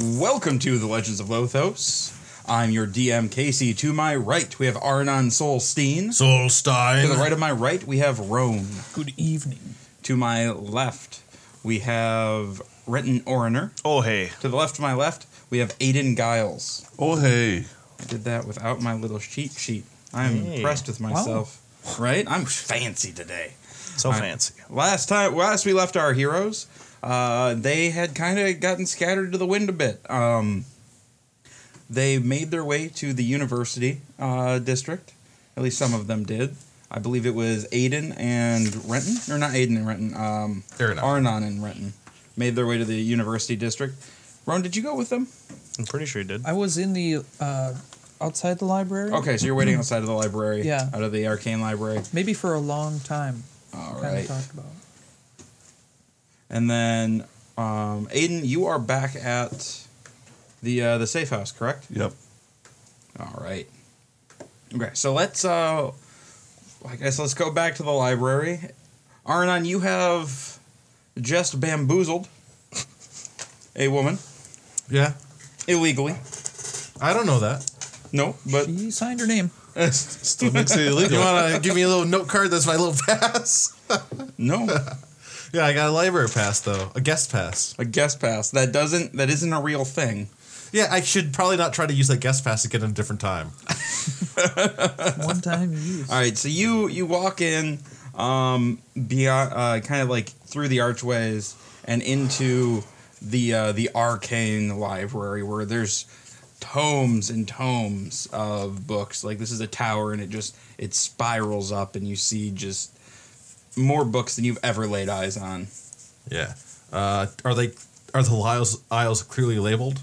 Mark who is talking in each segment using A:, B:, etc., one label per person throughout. A: Welcome to the Legends of Lothos. I'm your DM Casey. To my right, we have Arnon Solstein.
B: Solstein.
A: To the right of my right, we have Roan.
C: Good evening.
A: To my left, we have Renton Oriner.
B: Oh hey.
A: To the left of my left, we have Aiden Giles.
B: Oh hey.
A: I did that without my little cheat sheet. I am
B: Hey.
A: impressed with myself. Right? I'm fancy today.
B: So
A: Alright.
B: fancy.
A: Last time, last we left our heroes, uh, they had kind of gotten scattered to the wind a bit. Um, they made their way to the university uh, district. At least some of them did. I believe it was Aiden and Renton, or not Aiden and Renton. Um,
B: Fair enough.
A: Arnon and Renton made their way to the university district. Ron, did you go with them?
B: I'm pretty sure he did.
C: I was in the uh, outside the library.
A: Okay, so you're waiting outside of the library.
C: Yeah.
A: Out of the arcane library.
C: Maybe for a long time.
A: All
C: Kind
A: right.
C: of talked about.
A: And then, um, Aiden, you are back at the uh, the safe house, correct?
B: Yep.
A: All right. Okay, so let's uh I guess let's go back to the library. Arnon, you have just bamboozled a woman
B: Yeah.
A: illegally.
B: I don't know that.
A: No, but
C: she signed her name.
B: Still makes it illegal. You want to give me a little note card? That's my little pass.
A: no,
B: yeah, I got a library pass though, a guest pass.
A: a guest pass. That doesn't that isn't a real thing.
B: Yeah, I should probably not try to use that guest pass again at a different time.
C: One time use.
A: All right, so you you walk in um beyond uh kind of like through the archways and into the uh the arcane library where there's tomes and tomes of books. Like this is a tower and it just it spirals up and you see just more books than you've ever laid eyes on.
B: Yeah. Uh, are they? Are the aisles aisles clearly labeled?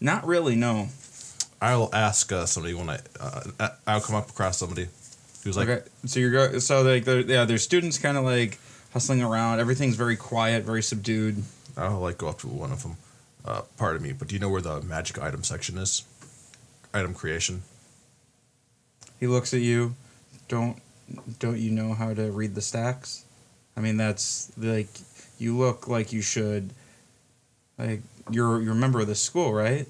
A: Not really, no.
B: I'll ask uh, somebody when I. Uh, I'll come up across somebody who's like,
A: okay, so you're go- so like there, yeah, there's students kind of like hustling around. Everything's very quiet, very subdued.
B: I'll like go up to one of them. Uh, pardon me, but do you know where the magic item section is? Item creation.
A: He looks at you. Don't don't you know how to read the stacks? I mean, that's like you look like you should. Like you're you're a member of the school, right?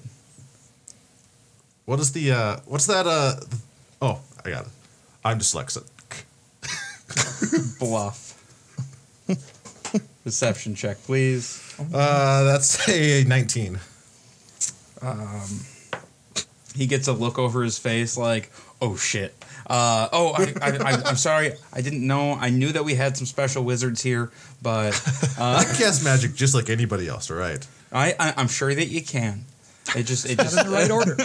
B: What is the uh what's that uh th- oh, I got it. I'm dyslexic.
A: Bluff. Deception check, please.
B: Uh that's a 19.
A: He gets a look over his face, like, "Oh shit." Uh, oh, I, I, I, I'm sorry. I didn't know. I knew that we had some special wizards here, but
B: I cast magic just like anybody else, all right?
A: I, I I'm sure that you can. It just it just
C: In the right order.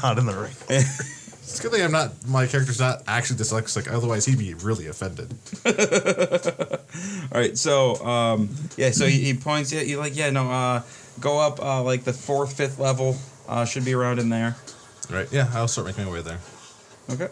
D: not in the ring.
B: It's a good thing I'm not my character's not actually dyslexic, otherwise he'd be really offended.
A: All right, so um, yeah, so he, he points. Yeah, you like, yeah, no, uh, go up uh, like the fourth, fifth level. Uh, should be around in there.
B: Right. Yeah, I'll start making my way there.
A: Okay.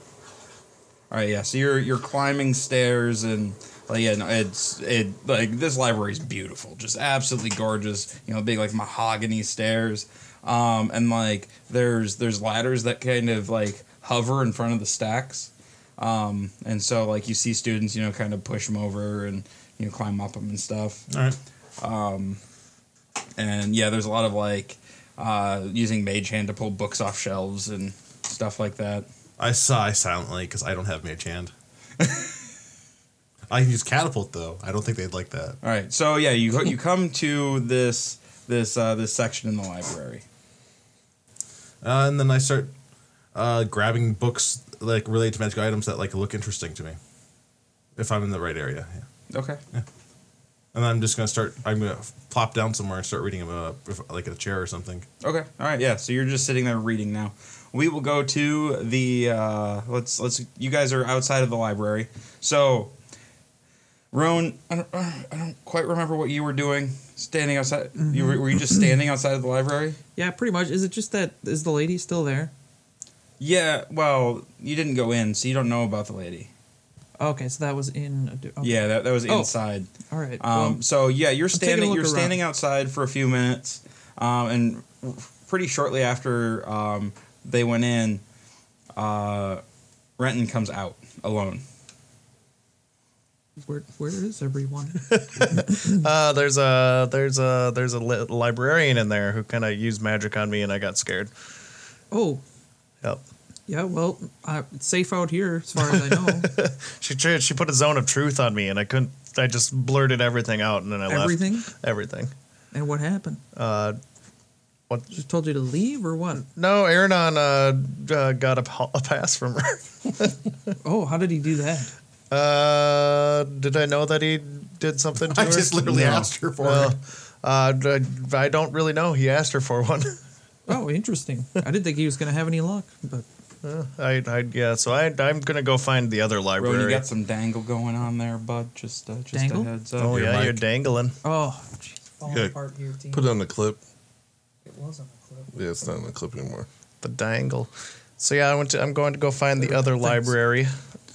A: All right, yeah. So you're you're climbing stairs and like yeah, no, it's it like this library's beautiful, just absolutely gorgeous. You know, big like mahogany stairs, um, and like there's there's ladders that kind of like hover in front of the stacks, um, and so like you see students, you know, kind of push them over and you know climb up them and stuff.
B: All right.
A: and yeah, there's a lot of like uh, using mage hand to pull books off shelves and stuff like that.
B: I sigh silently because I don't have mage hand. I can use catapult though. I don't think they'd like that.
A: All right, so yeah, you you come to this this uh, this section in the library.
B: Uh, and then I start uh, grabbing books like related to magic items that like look interesting to me. If I'm in the right area, yeah.
A: Okay.
B: And I'm just gonna start. I'm gonna plop down somewhere and start reading them, uh, if, like in a chair or something.
A: Okay. All right. Yeah. So you're just sitting there reading now. We will go to the uh, let's let's you guys are outside of the library. So, Roan, I don't, I don't quite remember what you were doing standing outside. You were, were you just standing outside of the library?
C: yeah, pretty much. Is it just that? Is the lady still there?
A: Yeah. Well, you didn't go in, so you don't know about the lady.
C: Okay, so that was in. a di- okay.
A: Yeah, that, that was
C: Oh.
A: inside.
C: All right.
A: Um,
C: well,
A: so yeah, you're
C: taking a
A: standing
C: look
A: you're
C: around.
A: standing outside for a few minutes, um, and pretty shortly after um, they went in, uh, Renton comes out alone.
C: Where where is everyone?
E: Uh, there's a there's a there's a li- librarian in there who kind of used magic on me, and I got scared.
C: oh,
E: Yep.
C: yeah. Well, uh, it's safe out here as far as I know.
E: She tr- she put a zone of truth on me, and I couldn't. I just blurted everything out, and then I
C: Everything?
E: left. Everything.
C: and what happened?
E: Uh, what?
C: Just told you to leave or what?
E: No, Aaron uh, uh, got a, pa- a pass from her.
C: Oh, how did he do that?
E: Uh, did I know that he did something to
B: I
E: her?
B: just literally
A: No.
B: asked her for
E: Well,
B: it.
E: uh, d- I don't really know. He asked her for one.
C: Oh, interesting. I didn't think he was gonna have any luck, but
E: Uh, I, I yeah. So I, I'm gonna go find the other
A: Rowan, you
E: library.
A: got some dangle going on there, bud. Just, uh, just
C: Dangle?
A: a heads up.
E: oh
B: your
E: yeah,
B: mic.
E: you're dangling.
C: oh, jeez, falling
F: Good.
C: apart here, team.
F: Put it on the clip.
C: It was on the clip.
F: Yeah, it's not on the clip anymore.
E: The dangle. So yeah, I went to, I'm going to go find the other
C: Thanks.
E: library.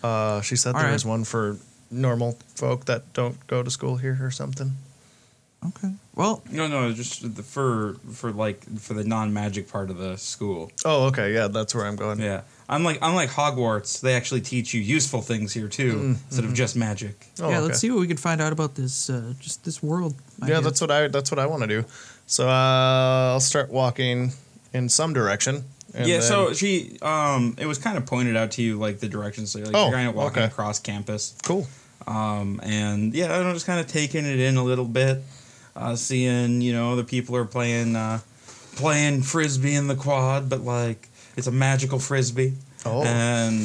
E: Uh, she said
C: All
E: there
C: right.
E: was one for normal folk that don't go to school here or something.
C: Okay. Well,
A: No, no, just the, for for like for the non magic part of the school.
E: Oh, okay, yeah, that's where I'm going.
A: Yeah, unlike unlike Hogwarts, they actually teach you useful things here too,
C: Mm,
A: instead
C: mm-hmm.
A: of just magic.
E: Oh,
C: yeah.
E: okay.
C: Let's see what we can find out about this. Uh, just this world. I
E: yeah,
C: guess.
E: that's what I that's what I want to do. So uh, I'll start walking in some direction. and
A: yeah,
E: then-
A: so she, um, it was kind of pointed out to you like the directions. So like,
E: Oh,
A: you're kind of walking
E: okay.
A: across campus,
E: cool.
A: um, and yeah, I don't know, just kind of taking it in a little bit, uh, seeing you know the people are playing uh, playing frisbee in the quad, but like it's a magical frisbee.
E: Oh.
A: and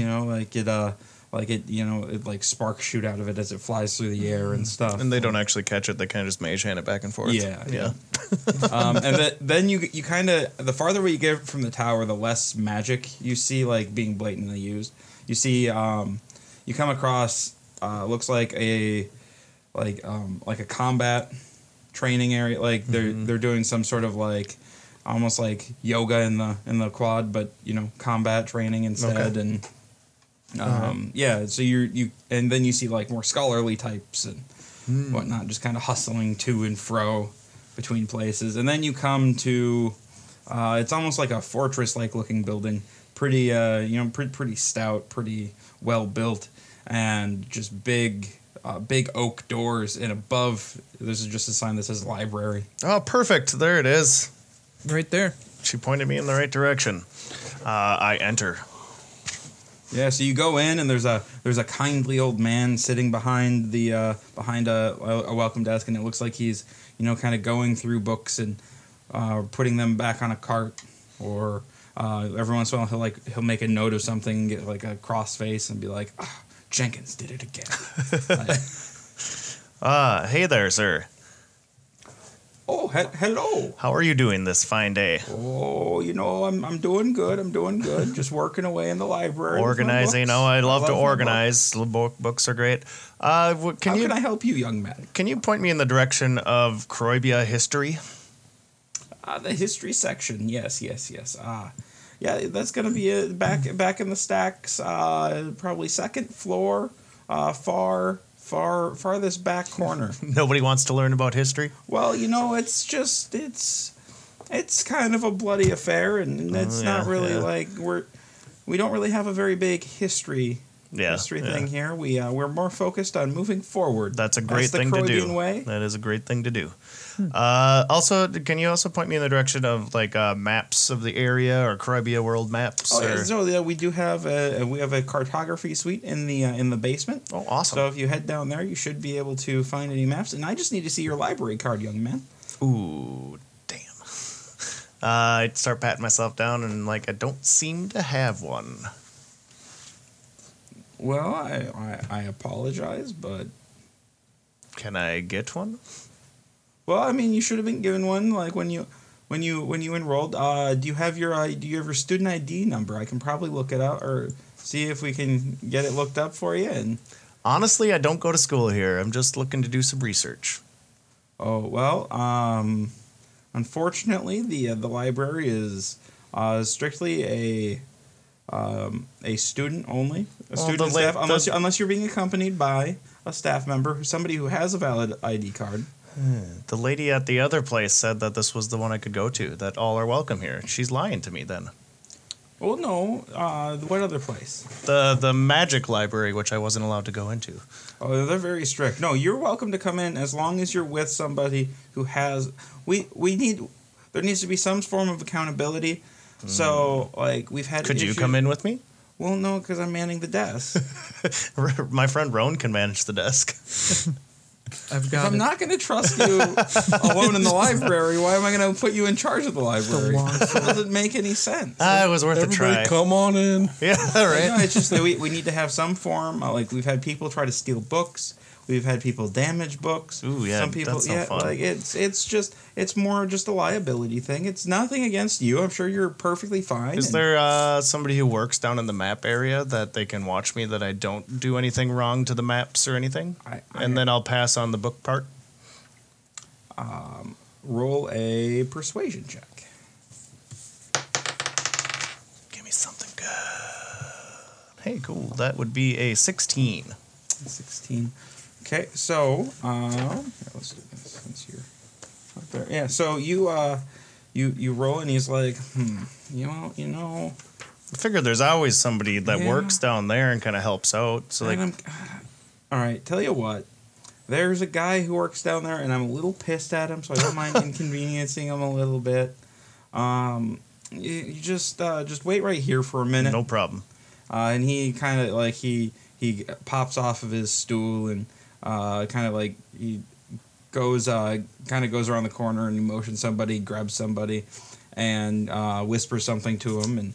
A: you know like it uh like it you know it like sparks shoot out of it as it flies through the air and stuff.
E: Mm. And they don't actually catch it; they kind of just mage hand it back and forth.
A: Yeah,
E: yeah.
A: um, and the, then you you kind of the farther away you get from the tower, the less magic you see like being blatantly used. You see, um, you come across uh, looks like a like um, like a combat training area. Like they're they're doing some sort of like almost like yoga in the in the quad, but you know combat training instead
E: Okay.
A: and. Um, Yeah, so you're you, and then you see like more scholarly types and whatnot, just kind of hustling to and fro between places, and then you come to, uh, it's almost like a fortress-like looking building, pretty uh, you know, pretty pretty stout, pretty well built, and just big, uh, big oak doors, and above this is just a sign that says library.
E: Oh, perfect! There it is.
C: right there.
E: She pointed me in the right direction. Uh, I enter.
A: Yeah, so you go in and there's a there's a kindly old man sitting behind the uh, behind a, a welcome desk, and it looks like he's you know kind of going through books and uh, putting them back on a cart, or uh, every once in a while he'll like he'll make a note of something, and get like a cross face, and be like, "Ah, Jenkins did it again. Like,
E: Ah, hey there, sir.
A: oh, he- hello.
E: How are you doing this fine day?
A: Oh, you know I'm I'm doing good. I'm doing good. Just working away in the library. with my
E: Organizing.
A: books.
E: Oh, I love, to
A: my books.
E: organize. Little book. Books are great. Uh, wh- can
A: How
E: you
A: can I help you, young man?
E: can you point me in the direction of Croibia history?
A: Ah, the history section. Yes, yes, yes. Ah, yeah, that's gonna be it. back back in the stacks. Uh, probably second floor. Uh, far, far, farthest back corner.
E: Nobody wants to learn about history.
A: well, you know, it's just it's it's kind of a bloody affair, and it's
E: Oh,
A: not
E: yeah,
A: really
E: yeah.
A: like we're we don't really have a very big history
E: Yeah,
A: history
E: yeah.
A: thing here. We uh, we're more focused on moving forward.
E: That's a great
A: the
E: thing to do.
A: Croatian Way.
E: That is a great thing to do.
A: Hmm.
E: Uh, also, can you also point me in the direction of like uh, maps of the area or Caribbean world maps?
A: Oh, yeah,
E: or-
A: so yeah, we do have a we have a cartography suite in the uh, in the basement.
E: Oh, awesome.
A: So if you head down there, you should be able to find any maps. And I just need to see your library card, young man.
E: Ooh, damn. Uh, I'd start patting myself down and like I don't seem to have one.
A: Well, I I, I apologize, but
E: Can I get one?
A: well, I mean, you should have been given one like when you when you when you enrolled. Uh, do you have your uh, do you have your student ID number? I can probably look it up or see if we can get it looked up for you. And
E: Honestly, I don't go to school here. I'm just looking to do some research.
A: Oh well, um, unfortunately, the uh, the library is uh, strictly a um, a student only, a
E: Well,
A: student
E: the
A: and
E: la-
A: staff, unless
E: the-
A: unless you're being accompanied by a staff member, somebody who has a valid ID card.
E: The lady at the other place said that this was the one I could go to, that all are welcome here. She's lying to me then.
A: Oh no, uh, what other place?
E: The the magic library, which I wasn't allowed to go into.
A: Oh, they're very strict. No, you're welcome to come in as long as you're with somebody who has. We we need. There needs to be some form of accountability. So like we've had.
E: Hmm. Could you
A: issues-
E: come in with me?
A: Well, no, because I'm manning the desk.
E: My friend Roan can manage the desk.
G: I've
A: If
G: got
A: I'm
G: it.
A: not going to trust you alone in the library, why am I going to put you in charge of the library?
G: long
A: It doesn't make any sense.
E: Ah, it was worth
F: Everybody
E: a try.
F: come on in.
E: Yeah, all
A: No,
E: right.
A: it's just that we, we need to have some form. uh, Like we've had people try to steal books. We've had people damage books.
E: Ooh, yeah,
A: Some people,
E: that's no
A: yeah,
E: fun.
A: like it's it's just it's more just a liability thing. It's nothing against you. I'm sure you're perfectly fine.
E: Is
A: and-
E: there uh, somebody who works down in the map area that they can watch me that I don't do anything wrong to the maps or anything?
A: I- I-
E: and then I'll pass on the book part.
A: um, roll a persuasion check?
E: Give me something good. Hey, cool. That would be a 16.
A: Sixteen. Okay, so um, here, let's do this since you're up there. Yeah, so you uh, you you roll and he's like, hmm, you know, you know,
E: I figure there's always somebody that
A: Yeah.
E: works down there and kind of helps out. So, like,
A: And I'm- all right, tell you what. There's a guy who works down there, and I'm a little pissed at him, so I don't mind inconveniencing him a little bit. Um, you, you just uh, just wait right here for a minute.
E: no problem.
A: Uh, and he kind of like he he pops off of his stool and uh, kind of like he goes uh, kind of goes around the corner and he motions somebody, grabs somebody, and uh, whispers something to him, and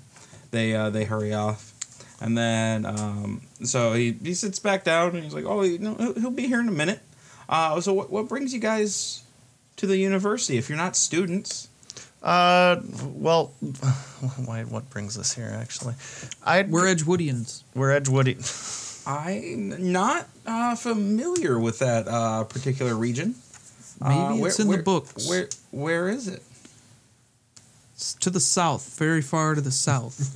A: they uh, they hurry off. And then um, so he, he sits back down and he's like, oh, you know, he'll- he'll be here in a minute. Uh, so what what brings you guys to the university if you're not students?
E: Uh, well, why, what brings us here, actually? I,
G: We're Edgewoodians.
E: we're Edgewood.
A: I'm not uh, familiar with that uh, particular region.
G: Maybe
A: Uh, where-
G: it's in
A: where-
G: the books.
A: Where where is it?
G: It's to the south, very far to the south,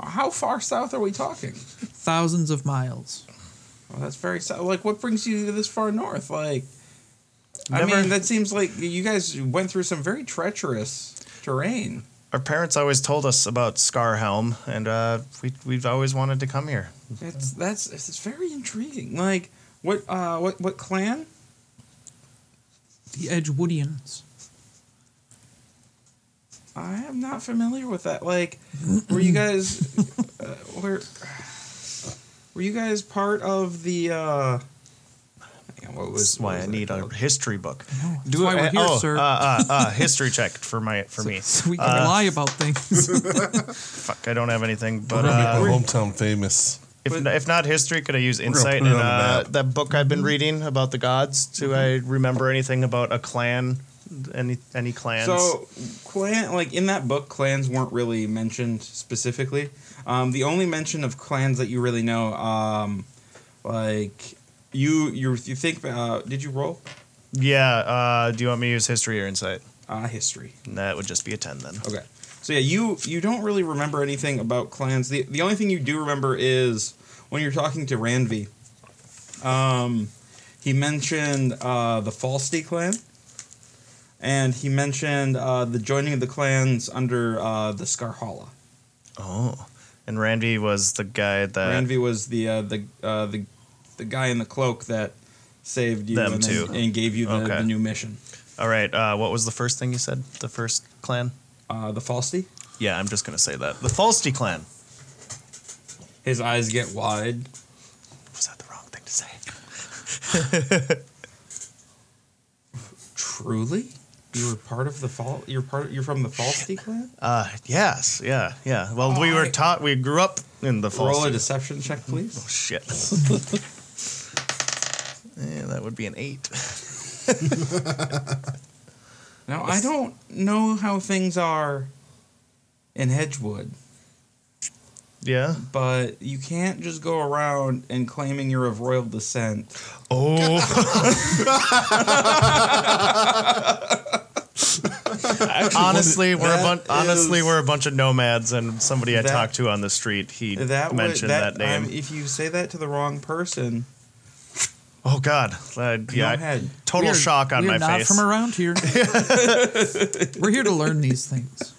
A: How far south are we talking?
G: thousands of miles.
A: Well, that's very south. Like, what brings you this far north? Like, I
E: Never-
A: mean, that seems like you guys went through some very treacherous terrain.
E: Our parents always told us about Scarhelm, and uh, we, we've always wanted to come here.
A: It's that's it's very intriguing. Like, what uh, what what clan?
G: The Edgewoodians.
A: I am not familiar with that. Like, were you guys uh, were were you guys part of the? uh hang on, what was
E: That's why
A: what
E: I
A: was
E: need
A: that
E: a
A: called?
E: history book.
G: That's why we're
E: uh,
G: here,
E: oh,
G: sir.
E: Uh, uh, uh, history check for my for me.
G: so we can lie about things.
E: Fuck, I don't have anything. But
F: We're gonna
E: uh,
F: make my hometown famous.
E: if, if not history, could I use
F: gonna
E: insight
F: put
E: in
F: it on the
E: uh,
F: map.
E: that book I've been
A: Mm-hmm.
E: reading about the gods? Do I remember anything about a clan? Any any clans?
A: So, clan like in that book, clans weren't really mentioned specifically. Um, the only mention of clans that you really know, um, like you you you think uh, did you roll
E: yeah. Uh, do you want me to use history or insight?
A: uh, history?
E: That would just be a ten then.
A: Okay. So yeah, you you don't really remember anything about clans. The the only thing you do remember is when you're talking to Ranvi. Um, he mentioned uh, the Falsty clan, and he mentioned uh, the joining of the clans under uh, the Scarhalla.
E: Oh, and Randy was the guy that
A: Ranvi was the uh, the uh, the the guy in the cloak that saved you
E: Them
A: and, then-
E: too.
A: and gave you the,
E: Okay.
A: the new mission.
E: All right. Uh, what was the first thing you said? The first clan?
A: Uh, the Falsty.
E: Yeah, I'm just gonna say that. The Falsty clan.
A: His eyes get wide.
E: Was that the wrong thing to say?
A: Truly, you were part of the fall. You're part. You're from the Falsty clan.
E: Uh, yes. Yeah. Yeah. Well, we were
A: Oh, I-
E: taught. We grew up in the
A: Roll a
E: Falsty.
A: deception check, please.
E: Shit. yeah, that would be an eight.
A: Now I don't know how things are in Hedgewood,
E: Yeah.
A: but you can't just go around and claiming you're of royal descent.
E: Oh. honestly, we're a bun-
A: that
E: honestly
A: is-
E: we're a bunch of nomads, and somebody I
A: That-
E: talked to on the street he
A: That would-
E: mentioned that,
A: that,
E: name.
A: um, if you say that to the wrong person,
E: oh God! Uh,
A: yeah,
E: yeah. I-
A: head.
E: Total
G: We're-
E: shock on
G: we're
E: my
G: not
E: face.
G: from around here. we're here to learn these things.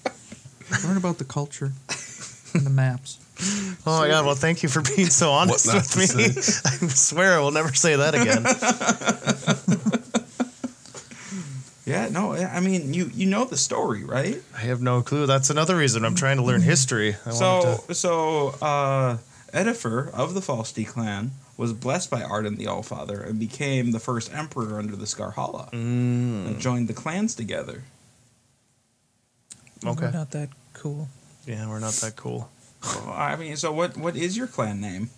G: Learn about the culture. the maps.
E: Oh my god! Well, thank you for being so honest
F: not
E: with
F: to
E: me. I swear I will never say that again.
A: Yeah, no, I I mean you you know the story, right?
E: I have no clue. That's another reason I'm trying to learn history. I wanted
A: so
E: to,
A: so uh Edifer of the Falsti clan was blessed by Arden the Allfather and became the first emperor under the Scarhalla. And joined the clans together.
E: Okay.
G: We're not that cool.
E: yeah, we're not that cool.
A: Well, I mean, so what what is your clan name?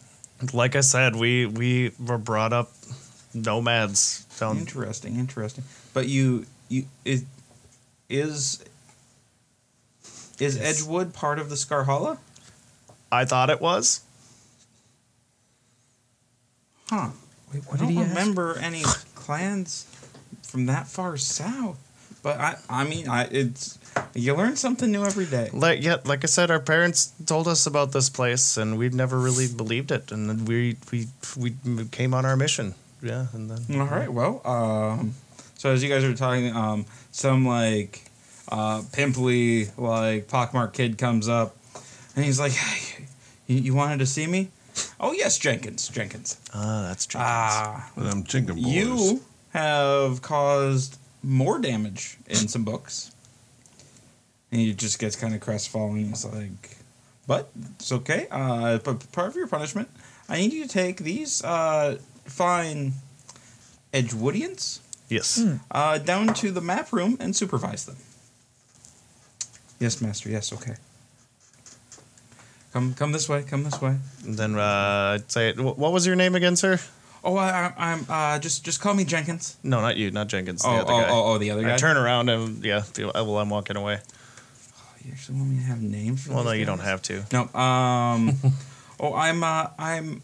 E: Like I said, we we were brought up nomads down
A: Interesting, interesting. But you you is is is Edgewood part of the Scarhalla?
E: I thought it was.
A: Huh.
G: Wait, what
A: I
G: did
A: don't
G: he ask?
A: remember any clans from that far south. But I, I mean, I it's you learn something new every day.
E: Like yeah, like I said, our parents told us about this place, and we'd never really believed it. And then we we we came on our mission. Yeah, and then
A: All right. Well, um, so as you guys are talking, um, some like uh, pimply like pockmarked kid comes up, and he's like, hey, you, "You wanted to see me? Oh yes, Jenkins, Jenkins.
E: ah, that's true.
A: Ah,
F: But I'm jinking boys.
A: you have caused more damage in some books." And he just gets kind of crestfallen. He's like, "But it's okay. Uh, but part of your punishment, I need you to take these uh, fine Edgewoodians."
E: yes.
A: uh, down to the map room and supervise them. Yes, master. Yes, okay. Come, come this way. Come this way.
E: And then uh, I'd say, wh- what was your name again, sir?
A: Oh, I, I, I'm. Uh, just, just call me Jenkins.
E: No, not you, not Jenkins.
A: Oh,
E: the other
A: oh,
E: guy.
A: oh, oh, the other guy.
E: I turn around and yeah, feel- uh, well, I'm walking away.
A: You actually want me to have names? For
E: Well, no,
A: these
E: you
A: guys?
E: don't have to.
A: No. Um. oh, I'm. Uh, I'm.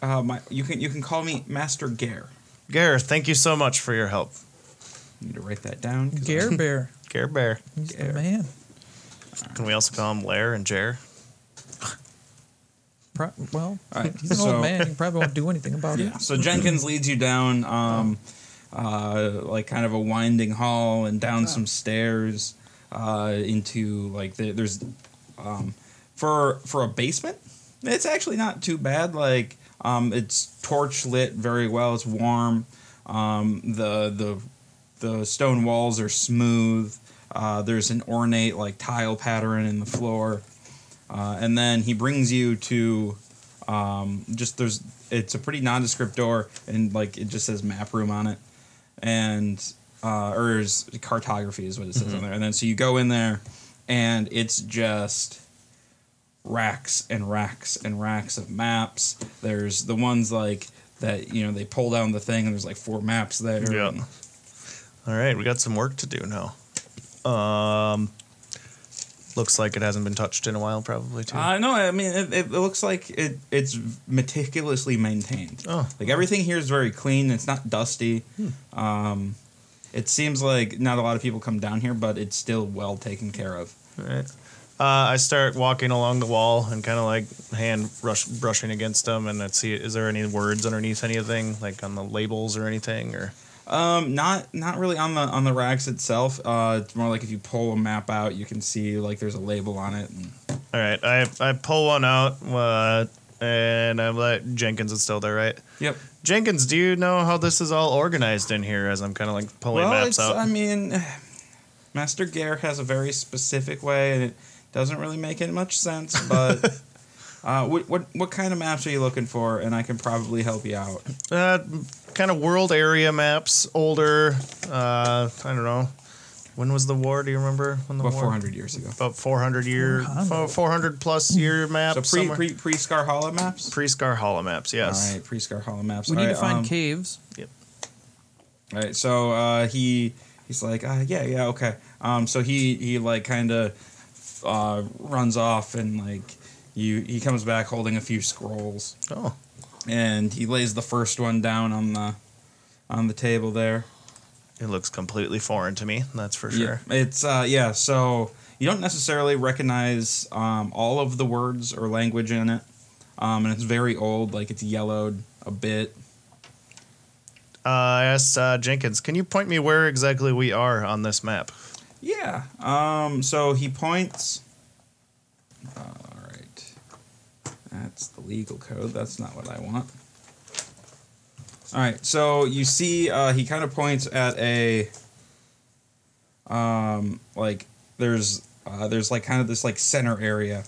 A: Uh, my. You can. You can call me Master Gare.
E: Gare, thank you so much for your help.
A: I need to write that down. 'cause I-
G: Gare Bear.
E: Gare Bear.
G: He's
A: Gare.
G: the man.
E: Can we also call him Lair and Jer?
G: Pro- well,
A: All right,
G: he's an
A: so-
G: old man. He probably won't do anything about
A: Yeah.
G: it.
A: So Jenkins leads you down, um, uh, like kind of a winding hall and down
G: Ah.
A: some stairs uh, into like the, there's um, for for a basement. It's actually not too bad. Like um, it's torch lit very well. It's warm. Um, the the the stone walls are smooth. Uh, there's an ornate like tile pattern in the floor, uh, and then he brings you to um, just there's it's a pretty nondescript door and like it just says map room on it and uh, or is cartography is what it says on there and then so you go in there and it's just racks and racks and racks of maps there's the ones like that you know they pull down the thing and there's like four maps there
E: Yeah. All right, we got some work to do now. Um, looks like it hasn't been touched in a while, probably too.
A: I know. Uh, I mean, it, it looks like it, it's meticulously maintained.
E: Oh.
A: like everything here is very clean. It's not dusty. Um, it seems like not a lot of people come down here, but it's still well taken care of.
E: All right. Uh, I start walking along the wall and kind of like hand rush, brushing against them, and I see is there any words underneath anything, like on the labels or anything, or
A: Um, not not really on the on the racks itself. Uh, it's more like if you pull a map out, you can see like there's a label on it. And,
E: All right, I I pull one out, uh, and I'm like Jenkins is still there, right?
A: yep.
E: Jenkins, do you know how this is all organized in here? As I'm kind of like pulling
A: well,
E: maps
A: it's,
E: out.
A: I mean, Master Gare has a very specific way, and it doesn't really make it much sense. But uh, what what what kind of maps are you looking for? And I can probably help you out.
E: uh, kind of world area maps, older. Uh, I don't know. When was the war? Do you remember when the
A: About
E: war?
A: four hundred years ago.
E: About 400 year,
G: 400.
E: 400 plus year
A: So
E: map.
A: pre
E: somewhere.
A: pre pre Scarhalla maps.
E: pre-Scarhalla maps. Yes.
A: All right, pre Scarhalla maps.
G: We
A: All
G: need to
A: right,
G: find
A: um,
G: caves.
A: All right, so uh, he he's like, uh, yeah, yeah, okay. Um, so he he like kind of uh, runs off and like you he comes back holding a few scrolls
E: Oh,
A: and he lays the first one down on the on the table there.
E: it looks completely foreign to me. That's for sure.
A: Yeah, it's uh, yeah. So you don't necessarily recognize um, all of the words or language in it, um, and it's very old. Like it's yellowed a bit.
E: Uh, I asked uh, Jenkins, can you point me where exactly we are on this map?
A: Yeah. Um. So he points. Uh, all That's the legal code. That's not what I want. All right. So you see, uh, he kind of points at a, um, like there's uh, there's like kind of this like center area,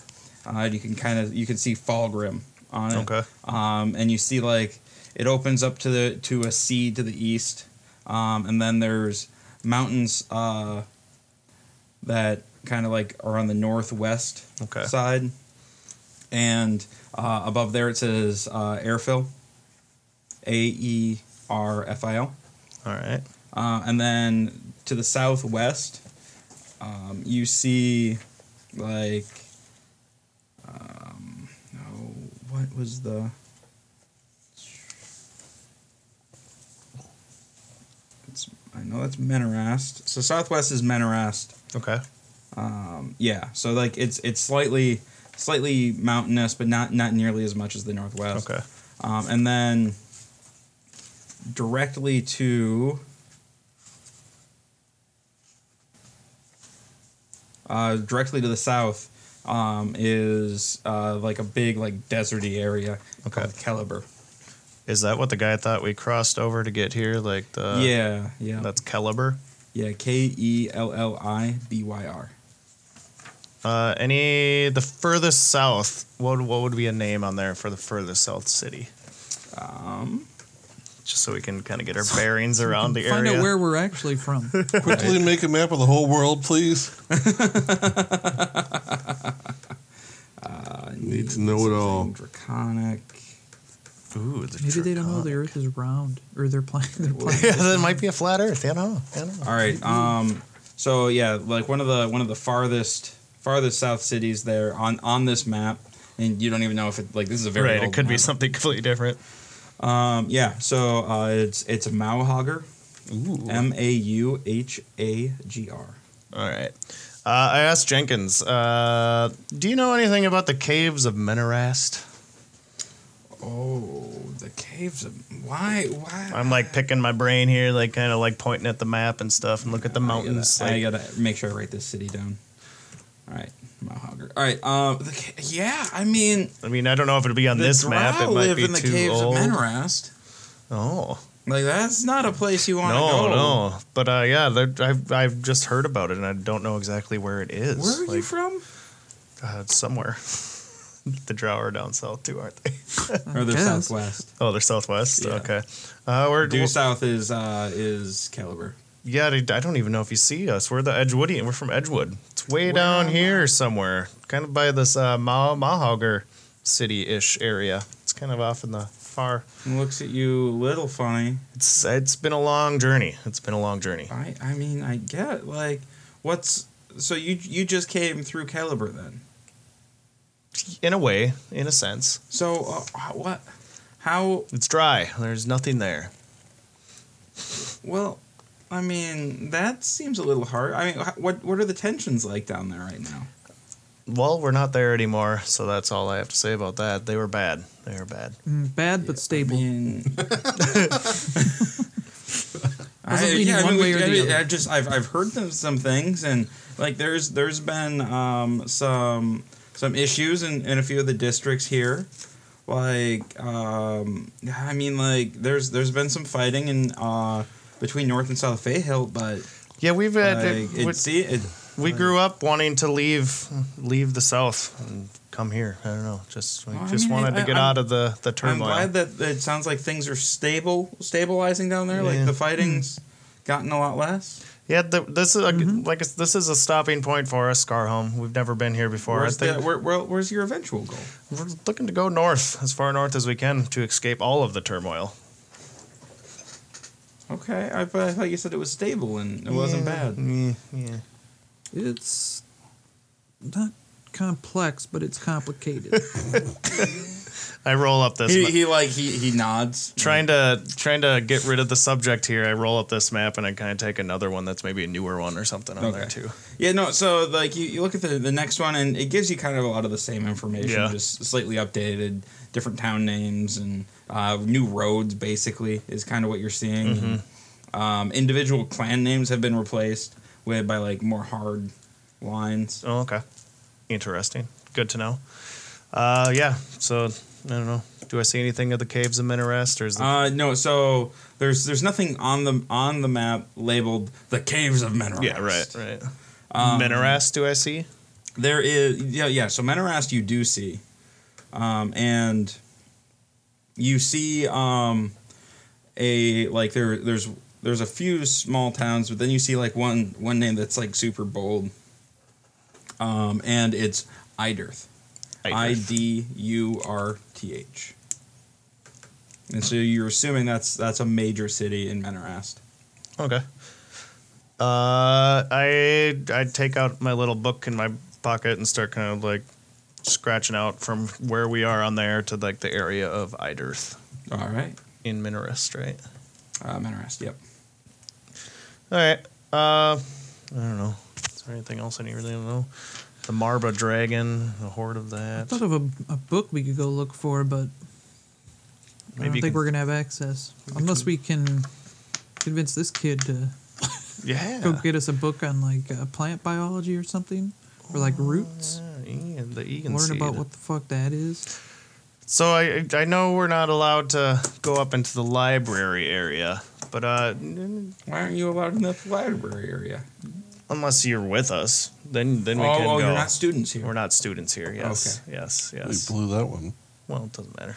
A: uh, and you can kind of you can see Falgrim on it.
E: Okay.
A: Um, and you see like it opens up to the to a sea to the east, um, and then there's mountains uh, that kind of like are on the northwest
E: Okay.
A: side, and uh, above there it says uh, Airfil, A E R F I L.
E: All right.
A: Uh, and then to the southwest, um, you see like um, oh, what was the it's I know that's Menarast. So southwest is Menarast.
E: Okay.
A: Yeah, so like it's it's slightly slightly mountainous, but not not nearly as much as the northwest.
E: Okay.
A: Um, and then directly to uh, directly to the south um, is uh, like a big like deserty area
E: Okay.
A: called Caliber.
E: Is that what the guy thought we crossed over to get here? Like the
A: yeah, yeah,
E: That's Caliber.
A: yeah. K e l l i b y r.
E: Uh, any the furthest south? What what would be a name on there for the furthest south city?
A: Um,
E: Just so we can kind of get our bearings around the
G: Find
E: area.
G: out where we're actually from.
F: Quickly make a map of the whole world, please. Uh, Need to know it all.
A: Draconic.
E: Ooh, the
G: Maybe they don't know the Earth is round, or they're playing. They're playing.
E: yeah, that might be a flat Earth. I don't know. I don't know.
A: All right. Um. So yeah, like one of the one of the farthest farthest south cities there on on this map, and you don't even know if it like this is a very
E: Right, it
A: old
E: could be
A: map.
E: something completely different.
A: Um. Yeah. So uh, it's it's Mauhager. M a u h a g r.
E: All right. Uh, I asked Jenkins, uh, do you know anything about the caves of Menarast?
A: Oh, the caves of why why.
E: I'm like picking my brain here, like kind of like pointing at the map and stuff and look at the mountains.
A: I
E: like-
A: gotta, I gotta make sure I write this city down. All right, Mauhager. All right. Um. The, ca- yeah. I mean,
E: I mean, I don't know if it'll be on
A: the
E: this
A: Drow
E: map. It might
A: live
E: be
A: in the
E: too
A: caves
E: old.
A: of Menrast.
E: oh.
A: Like that's not a place you want to
E: No,
A: go.
E: no. But uh, yeah, they're- I've, I've just heard about it and I don't know exactly where it is.
A: Where are you
E: Like,
A: from?
E: Uh, somewhere. the Drow are down south too, aren't they?
A: Or the
G: guess.
A: southwest.
E: Oh, they're southwest.
A: Yeah.
E: Okay. Uh, we're
A: Due south is uh is Caliber.
E: Yeah, I I don't even know if you see us. We're the Edgewoodian. We're from Edgewood. It's way down here somewhere, kind of by this uh, Ma- Mahauger city-ish area. It's kind of off in the far.
A: Looks at you a little funny.
E: It's it's been a long journey. It's been a long journey.
A: I I mean I get like what's so you you just came through Caliber then.
E: In a way, in a sense,
A: So uh, how- what? How
E: it's dry. There's nothing there.
A: well? I mean that seems a little hard. I mean wh- what what are the tensions like down there right now?
E: Well, we're not there anymore, so that's all I have to say about that. They were bad. They were bad.
G: Mm, Bad but
A: I
G: stable.
A: mean. I,
G: Wasn't leaning
A: yeah, I,
G: one
A: mean,
G: way
A: we-
G: or
A: I,
G: the
A: mean,
G: other.
A: I just I've, I've heard them, some things and like there's there's been um, some some issues in, in a few of the districts here like um, I mean like there's there's been some fighting in uh, between North and South Fayhill but
E: Yeah, we've had.
A: like,
E: we-
A: it, see, it,
E: we grew up wanting to leave leave the south and come here i don't know just we
A: Well, I
E: just
A: mean,
E: wanted
A: I-
E: to get
A: I'm-
E: out of the the
A: I'm
E: turmoil
A: glad that that it sounds like things are stable stabilizing down there
E: Yeah. Hmm.
A: like the fighting's gotten a lot less
E: yeah the, this is a,
A: Mm-hmm.
E: like it's, this is a stopping point for us Scarholm. we've never been here before
A: where's,
E: i
A: the,
E: think
A: where, where, where's your eventual goal
E: we're looking to go north as far north as we can to escape all of the turmoil
A: Okay, I, but I thought you said it was stable and it wasn't bad.
E: yeah, yeah.
G: It's not complex, but it's complicated.
E: i roll up this
A: He,
E: ma-
A: he like he, he nods.
E: trying to trying to get rid of the subject here i roll up this map and i kind of take another one that's maybe a newer one or something on there
A: Okay.
E: too
A: Yeah, no. So like you, you look at the, the next one and it gives you kind of a lot of the same information,
E: Yeah.
A: just slightly updated, different town names and uh, new roads. Basically, is kind of what you're seeing.
E: Mm-hmm.
A: Um, individual clan names have been replaced with by like more hard lines.
E: Oh, okay. Interesting. Oh, Good to know. Uh, yeah. So I don't know. Do I see anything of the caves of Minarest, or is the
A: Uh, no, so there's there's nothing on the on the map labeled the caves of Menarest.
E: yeah right right
A: Um,
E: Minarest? Do I see?
A: There is yeah yeah. So Menarest you do see, um, and you see um, a like there there's there's a few small towns, but then you see like one one name that's like super bold, um, and it's Iderth. I D U R T H. And so you're assuming that's that's a major city in Menarest.
E: Okay. Uh, I I take out my little book in my pocket and start kind of like scratching out from where we are on there to like the area of Iderth
A: All right,
E: in Minarest, right?
A: uh, Menarest. Yep.
E: All right. Uh, I don't know. Is there anything else I need really to know? The Marba dragon, a horde of
G: I thought
E: that.
G: of a, a book we could go look for, but I
E: Maybe
G: don't
E: you
G: think
E: can-
G: we're gonna have access unless we can convince this kid to go
E: Yeah.
G: get us a book on like uh, plant biology or something, or like roots.
E: Yeah, the Egan
G: Learn about
E: seed.
G: what the fuck that is.
E: So I I know we're not allowed to go up into the library area, but uh,
A: Why aren't you allowed in the library area?
E: unless you're with us, then then we
A: oh,
E: can
A: oh
E: go.
A: you're not students here.
E: We're not students here. Yes. Yes.
F: We
E: Yes.
F: blew that one.
E: Well, it doesn't matter.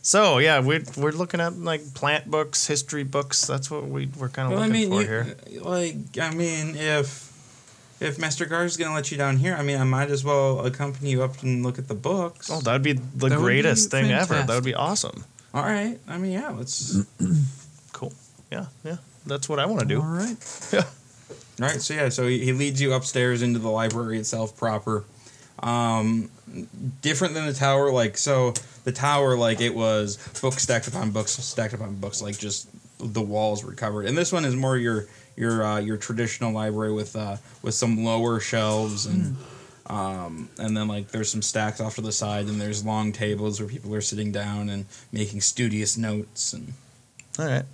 E: So yeah, we're we're looking at like plant books, history books. That's what we we're kind of
A: Well, I
E: looking
A: mean,
E: for
A: you,
E: here.
A: like, I mean, if if Master Gar's gonna let you down here, I mean, I might as well accompany you up and look at the books.
E: Oh, that'd be the
G: That would
E: greatest
G: be
E: thing ever. That
G: fantastic.
E: would be awesome.
A: All right. I mean, yeah. Let's.
E: Cool. Yeah. Yeah. That's what I want to do.
G: All right.
A: All right, so yeah, so he he leads you upstairs into the library itself proper. Um, different than the tower, like so the tower, like it was books stacked upon books, stacked upon books, like just the walls were covered. And this one is more your your uh, your traditional library with uh, with some lower shelves and um, and then like there's some stacks off to the side, and there's long tables where people are sitting down and making studious notes and.
E: All right.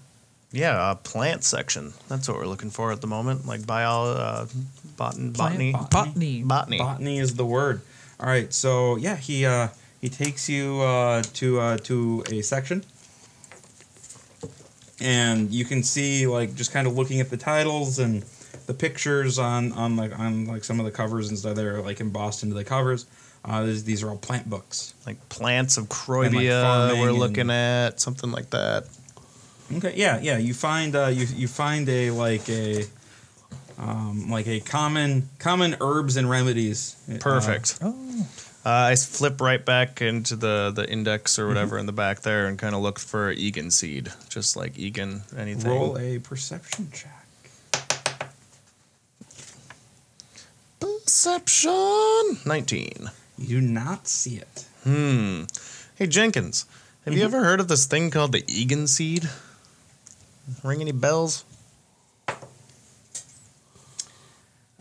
E: Yeah, uh, plant section. That's what we're looking for at the moment. Like bio, uh, botan, botany,
A: bot-
G: botany.
E: botany.
A: Botany is the word. All right, so yeah, he uh, he takes you uh, to uh, to a section, and you can see like just kind of looking at the titles and the pictures on on like on like some of the covers and stuff. They're like embossed into the covers. Uh, these, these are all plant books.
E: like plants of Croibia.
A: farming
E: we're
A: and-
E: looking at something like that.
A: Okay, yeah, yeah. You find uh, you you find a like a um, like a common common herbs and remedies. uh,
E: Perfect.
G: Oh,
E: Uh, I s- flip right back into the, the index or whatever in the back there and kind of look for Egan seed, just like Egan. Anything.
A: Uh, roll a perception check.
E: Perception nineteen.
A: You do not see it.
E: Hmm. Hey Jenkins, have
A: Mm-hmm.
E: you ever heard of this thing called the Egan seed? Ring any bells?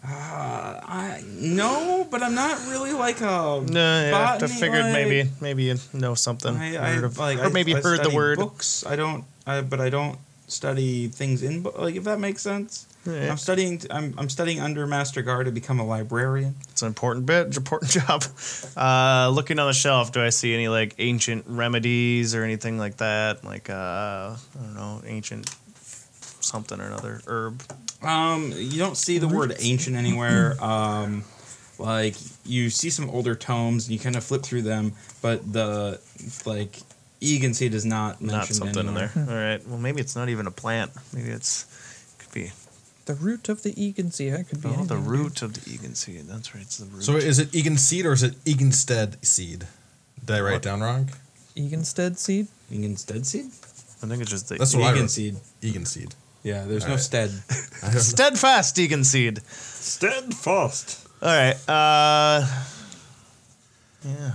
A: I no, but I'm not really like a.
E: No, yeah, I
A: Botany,
E: figured
A: like-
E: maybe maybe you know something,
A: I, I,
E: heard of,
A: like,
E: or
A: I-
E: maybe
A: I
E: heard the
A: study
E: word.
A: Books. I don't. I but I don't study things in bo- like if that makes sense.
E: Yeah.
A: I'm studying. t- I'm I'm studying under Master Gar to become a librarian.
E: It's an important bit, important job. Uh, looking on the shelf, do I see any like ancient remedies or anything like that? Like uh, I don't know, ancient something or another herb.
A: Um, you don't see the word ancient anywhere. Um, like you see some older tomes and you kind of flip through them, but the like Egan Seed is not mentioned
E: Not something
A: anywhere.
E: in there. All right. Well, maybe it's not even a plant. Maybe it's could be
G: the root of the Egan Sea. That could be
E: oh, the
G: anything.
E: root of the Egan seed. That's right. It's the root.
B: So is it Egan seed or is it Eganstead seed? Did I write it down wrong?
G: Eganstead seed.
A: Egan's dead seed.
E: I think it's just the
B: That's what I
A: Egan
B: wrote.
A: seed.
B: Egan seed.
A: Yeah, there's no
B: Alright.
A: stead.
B: I don't know.
E: steadfast Egan seed.
A: Steadfast.
E: All right. Uh, yeah.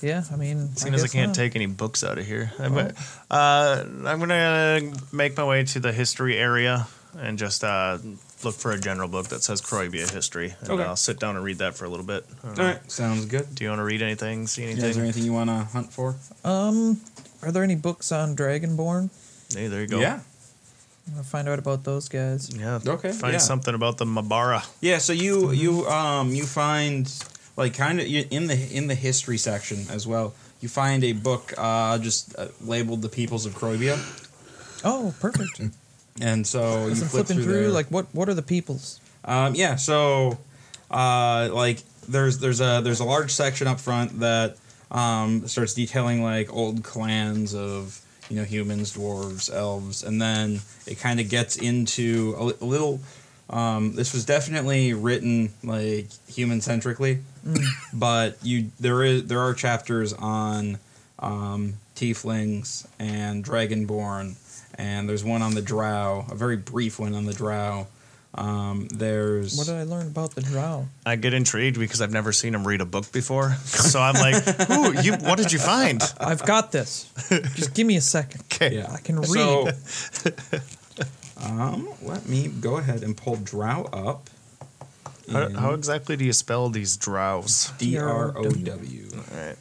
G: Yeah, I mean,
E: Seeing as I
G: guess
E: can't
G: not.
E: take any books out of here, I'm, uh, I'm gonna make my way to the history area and just uh, look for a general book that says Croibia history, and
A: Okay.
E: I'll sit down and read that for a little bit. I don't know.
A: All right, sounds good.
E: Do you want to read anything? See
A: Yeah, is there
E: anything?
A: anything you want to hunt for?
G: Um, are there any books on Dragonborn?
E: Hey, there you go.
A: Yeah.
G: I'm gonna find out about those guys.
E: Yeah.
A: Okay,
E: Find
A: yeah.
E: something about the Mabara.
A: Yeah. So you you um you find like kind of in the in the history section as well. You find a book uh, just uh, labeled "The Peoples of Croabia,"
C: Oh, perfect.
A: and so you
C: As I'm
A: flip
C: flipping
A: through,
C: through,
A: there.
C: like, what what are the peoples?
A: Um, yeah, so uh, like there's there's a there's a large section up front that um, starts detailing like old clans of you know humans, dwarves, elves, and then it kind of gets into a, li- a little. Um, this was definitely written like human centrically, but you there is there are chapters on um, tieflings and dragonborn, and there's one on the drow, a very brief one on the drow. Um, there's
C: What did I learn about the drow?
E: I get intrigued because I've never seen him read a book before. So I'm like, ooh, you, what did you find?
C: I've got this. Just give me a second.
E: Okay.
C: I can read.
A: So, um, let me go ahead and pull Drow up.
E: How, how exactly do you spell these drows?
A: D R O W.
E: All right.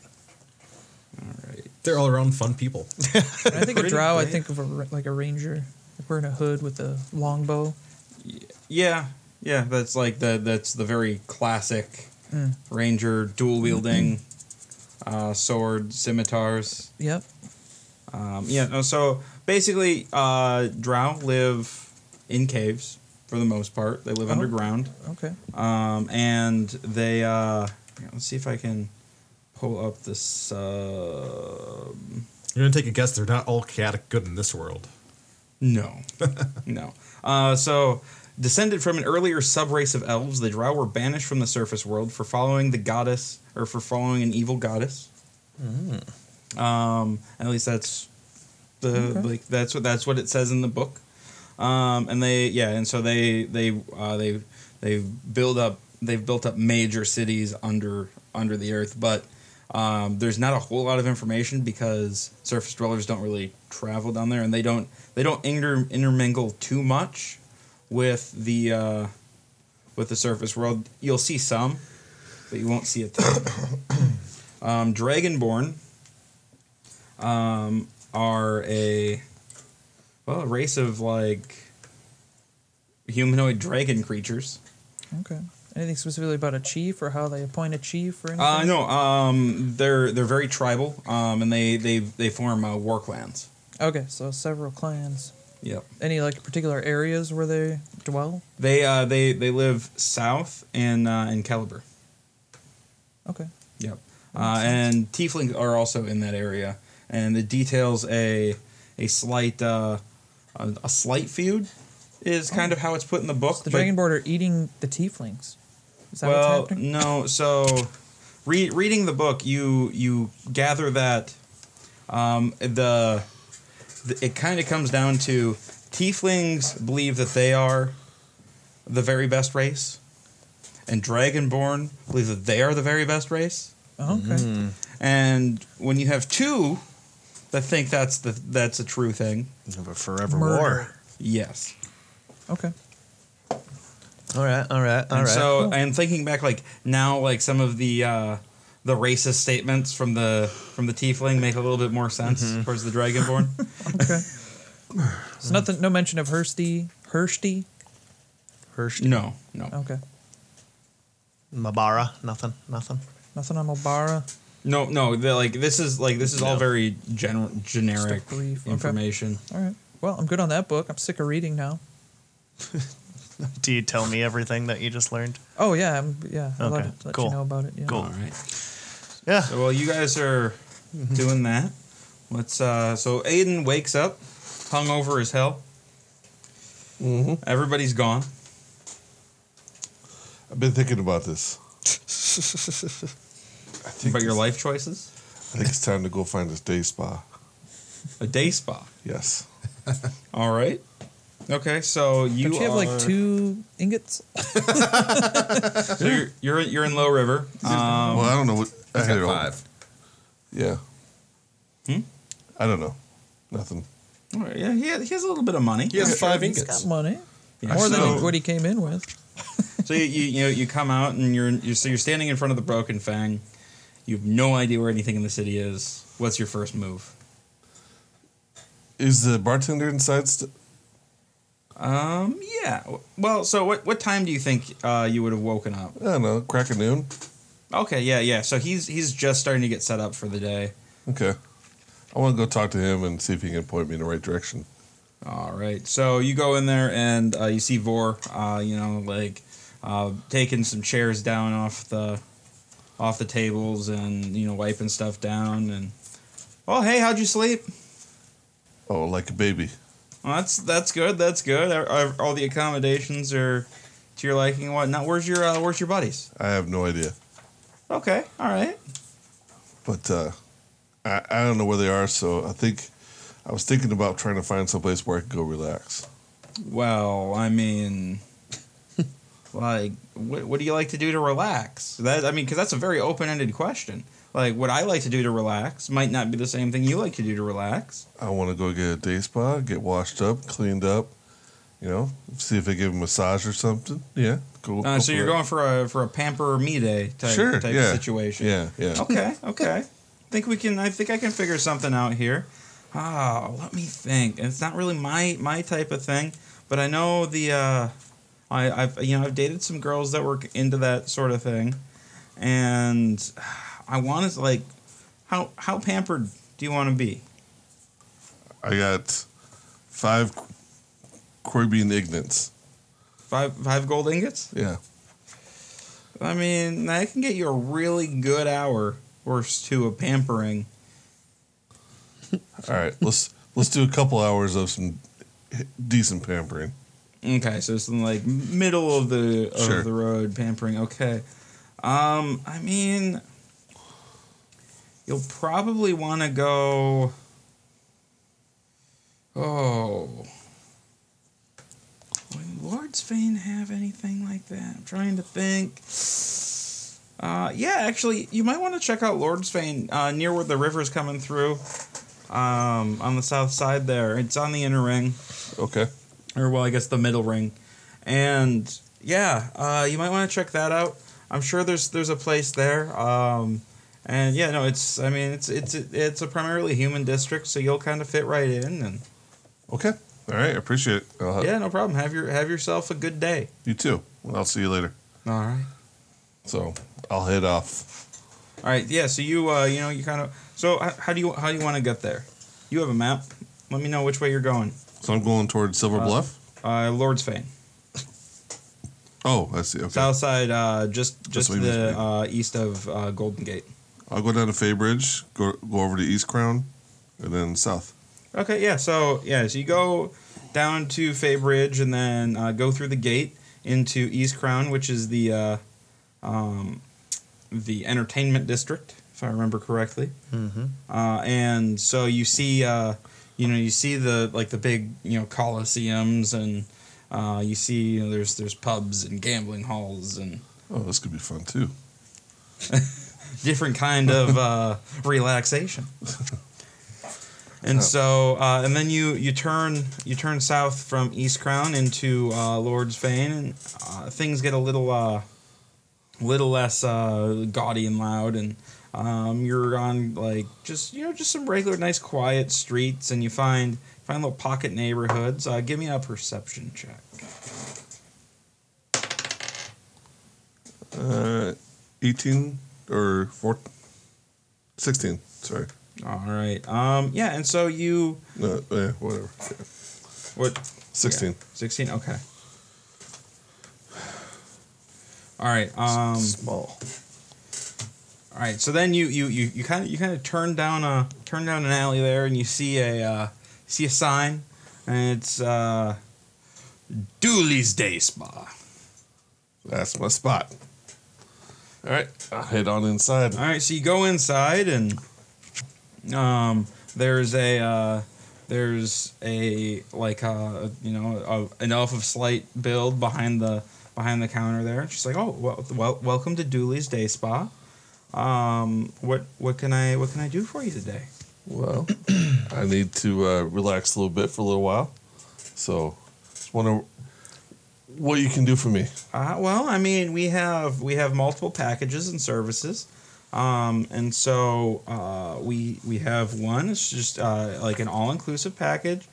H: They're all around fun people.
C: When I think of
A: Pretty
C: drow, I
A: great.
C: think of a, ra- like a ranger, like wearing a hood with a longbow.
A: Yeah, yeah, that's like the that's the very classic ranger dual wielding uh, sword scimitars.
C: Yep.
A: Um, yeah, no, so basically, uh, Drow live in caves for the most part. They live
C: Oh.
A: underground.
C: Okay.
A: Um, and they, uh, yeah, let's see if I can pull up this. Uh,
H: You're gonna take a guess. They're not all chaotic good in this world.
A: no, no. Uh, so, descended from an earlier subrace of elves, the Drow were banished from the surface world for following the goddess, or for following an evil goddess. Um, at least that's the
C: Okay.
A: like that's what that's what it says in the book. Um, and they yeah, and so they they uh, they they build up they've built up major cities under under the earth, but um, there's not a whole lot of information because surface dwellers don't really travel down there, and they don't they don't inter- intermingle too much with the uh, with the surface world. You'll see some, but you won't see a ton. um, Dragonborn um, are a well a race of like humanoid dragon creatures.
C: Okay. Anything specifically about a chief or how they appoint a chief or anything?
A: Uh, no, um, they're they're very tribal, um, and they they they form uh, war clans.
C: Okay, so several clans.
A: Yep.
C: Any like particular areas where they dwell?
A: They uh, they they live south in uh, in Caliber.
C: Okay.
A: Yep. Uh, and tieflings are also in that area, and it details a a slight uh, a, a slight feud is kind of how it's put in the book.
C: Oh. The
A: but-
C: Dragonborn are eating the tieflings. Is that
A: well,
C: what's happening?
A: no. So, re- reading the book, you you gather that um, the, the it kind of comes down to tieflings believe that they are the very best race, and dragonborn believe that they are the very best race.
C: Oh, okay.
A: And when you have two that think that's the that's a true thing,
E: You have a forever
C: Murder.
E: war.
A: yes.
C: Okay.
E: All right, all right, all
A: and
E: right.
A: so and thinking back like now like some of the uh the racist statements from the from the tiefling make a little bit more sense
C: Mm-hmm.
A: towards the dragonborn
C: Okay. so nothing. No mention of Hirsty. Hirsty.
E: Hirsch,
A: no no
C: Okay.
E: Mabara, nothing, nothing.
C: Nothing on Obara.
A: no no the, like this is like this is all
E: No.
A: very general generic
C: Just a brief- okay.
A: information
C: All right. Well, I'm good on that book. I'm sick of reading now.
E: Do you tell me everything that you just learned?
C: Oh yeah, I'm, yeah. I'll
E: Okay,
C: let, let
E: cool.
C: you know about it. Yeah.
E: Cool.
A: all right
E: Yeah.
A: so while you guys are
C: Mm-hmm.
A: doing that let's uh so aiden wakes up hung over as hell
C: Mm-hmm.
A: everybody's gone
F: I've been thinking about this. I think,
A: about your
F: it's-
A: life choices
F: I think it's time to go find a day spa.
A: a day spa
F: Yes.
A: all right okay so you,
C: Don't you have
A: are-
C: like two ingots?
A: So you're, you're you're in Low River. Um,
F: well, I don't know what I
H: He's
F: had
H: got
F: it all.
H: five.
F: Yeah.
A: Hmm?
F: I don't know. Nothing.
A: yeah, he has, he has a little bit of money.
H: He has five
C: He's got
H: ingots.
C: money.
A: Yeah.
C: More than
F: So-
C: what he came in with.
A: So you you you, know, you come out and you're, you're so you're standing in front of the Broken Fang. You have no idea where anything in the city is. What's your first move?
F: Is the bartender inside? St-
A: Um, yeah. Well, so what what time do you think uh, you would have woken up?
F: I don't know. Crack of noon.
A: Okay, yeah, yeah. So he's he's just starting to get set up for the day.
F: Okay. I want to go talk to him and see if he can point me in the right direction.
A: All right. So you go in there and uh, you see Vor, uh, you know, like uh, taking some chairs down off the off the tables and you know wiping stuff down and oh hey how'd you sleep?
F: Oh, like a baby.
A: Well, that's that's good. That's good. Are, are, all the accommodations are to your liking and whatnot. Where's your uh, Where's your buddies?
F: I have no idea.
A: Okay. All right.
F: But uh, I, I don't know where they are, so I think I was thinking about trying to find someplace where I could go relax.
A: Well, I mean, like, what, what do you like to do to relax? That I mean, because that's a very open ended question. Like, what I like to do to relax might not be the same thing you like to do to relax.
F: I want to go get a day spa, get washed up, cleaned up, you know, see if they give a massage or something. Yeah, cool.
A: Uh, so you're going for a for a pamper me day type,
F: Sure,
A: type
F: yeah.
A: situation.
F: Yeah, yeah.
A: Okay. Okay. I think we can. I think I can figure something out here. Oh, let me think. And it's not really my my type of thing, but I know the. Uh, I, I've you know I've dated some girls that were into that sort of thing, and I want to like, how how pampered do you want to be?
F: I got five qu- Caribbean ignorance.
A: Five five gold ingots?
F: Yeah.
A: I mean, I can get you a really good hour or s- two of pampering.
F: All right, let's let's do a couple hours of some decent pampering.
A: Okay, so some like middle of the of
F: Sure.
A: the road pampering. Okay, um, I mean, you'll probably want to go. Oh, would Lord's Fane have anything like that? I'm trying to think. Uh, yeah, actually, you might want to check out Lord's Fane uh, near where the river's coming through. Um, on the south side there, it's on the inner ring
F: Okay.
A: or well, I guess the middle ring, and yeah, uh, you might want to check that out. I'm sure there's there's a place there, um, and yeah, no, it's I mean it's it's it's a primarily human district, so you'll kind of fit right in, and
F: Okay. All right. I appreciate it. I'll have,
A: yeah, no problem. Have your have yourself a good day.
F: You too. Well, I'll see you later.
A: All right.
F: So I'll head off.
A: All right. Yeah. So you uh you know you kind of so h- how do you how do you want to get there? You have a map. Let me know which way you're going.
F: So I'm going towards Silver Bluff.
A: Uh, Lord's Fane,
F: Oh, I see. Okay.
A: south side, uh, just just
F: what you mean,
A: the
F: yeah.
A: uh, east of uh, Golden Gate.
F: I'll go down to Faybridge, go go over to East Crown, and then south.
A: Okay, yeah. So yeah, so you go down to Faybridge and then uh, go through the gate into East Crown, which is the uh, um, the entertainment district, if I remember correctly. Mm-hmm. Uh, and so you see, uh, you know, you see the like the big you know coliseums and. Uh, you see, you know, there's there's pubs and gambling halls and
F: Oh, this could be fun too.
A: different kind of uh, relaxation. And so, uh, and then you you turn you turn south from East Crown into uh, Lord's Fane, and uh, things get a little uh, little less uh, gaudy and loud, and um, you're on like just you know just some regular nice quiet streets, and you find find little pocket neighborhoods. Uh, give me a perception check.
F: Uh, 18 or 4, 16. Sorry.
A: All right. Um, yeah, and so you
F: No, yeah, whatever.
A: what
F: 16.
A: 16 okay all right um
F: Small.
A: all right so then you you you you kind of you kind of turn down a turn down an alley there and you see a uh, see a sign and it's uh dooley's day spa
F: That's my spot. All right. I'll head on inside.
A: all right so you go inside and um there's a uh there's a like uh you know a, an elf of slight build behind the behind the counter there she's like oh well, well welcome to dooley's day spa um what what can i what can i do for you today
F: Well, I need to uh, relax a little bit for a little while. So, just wonder what you can do for me.
A: Uh, well, I mean, we have we have multiple packages and services, um, and so uh, we we have one. It's just uh, like an all inclusive package.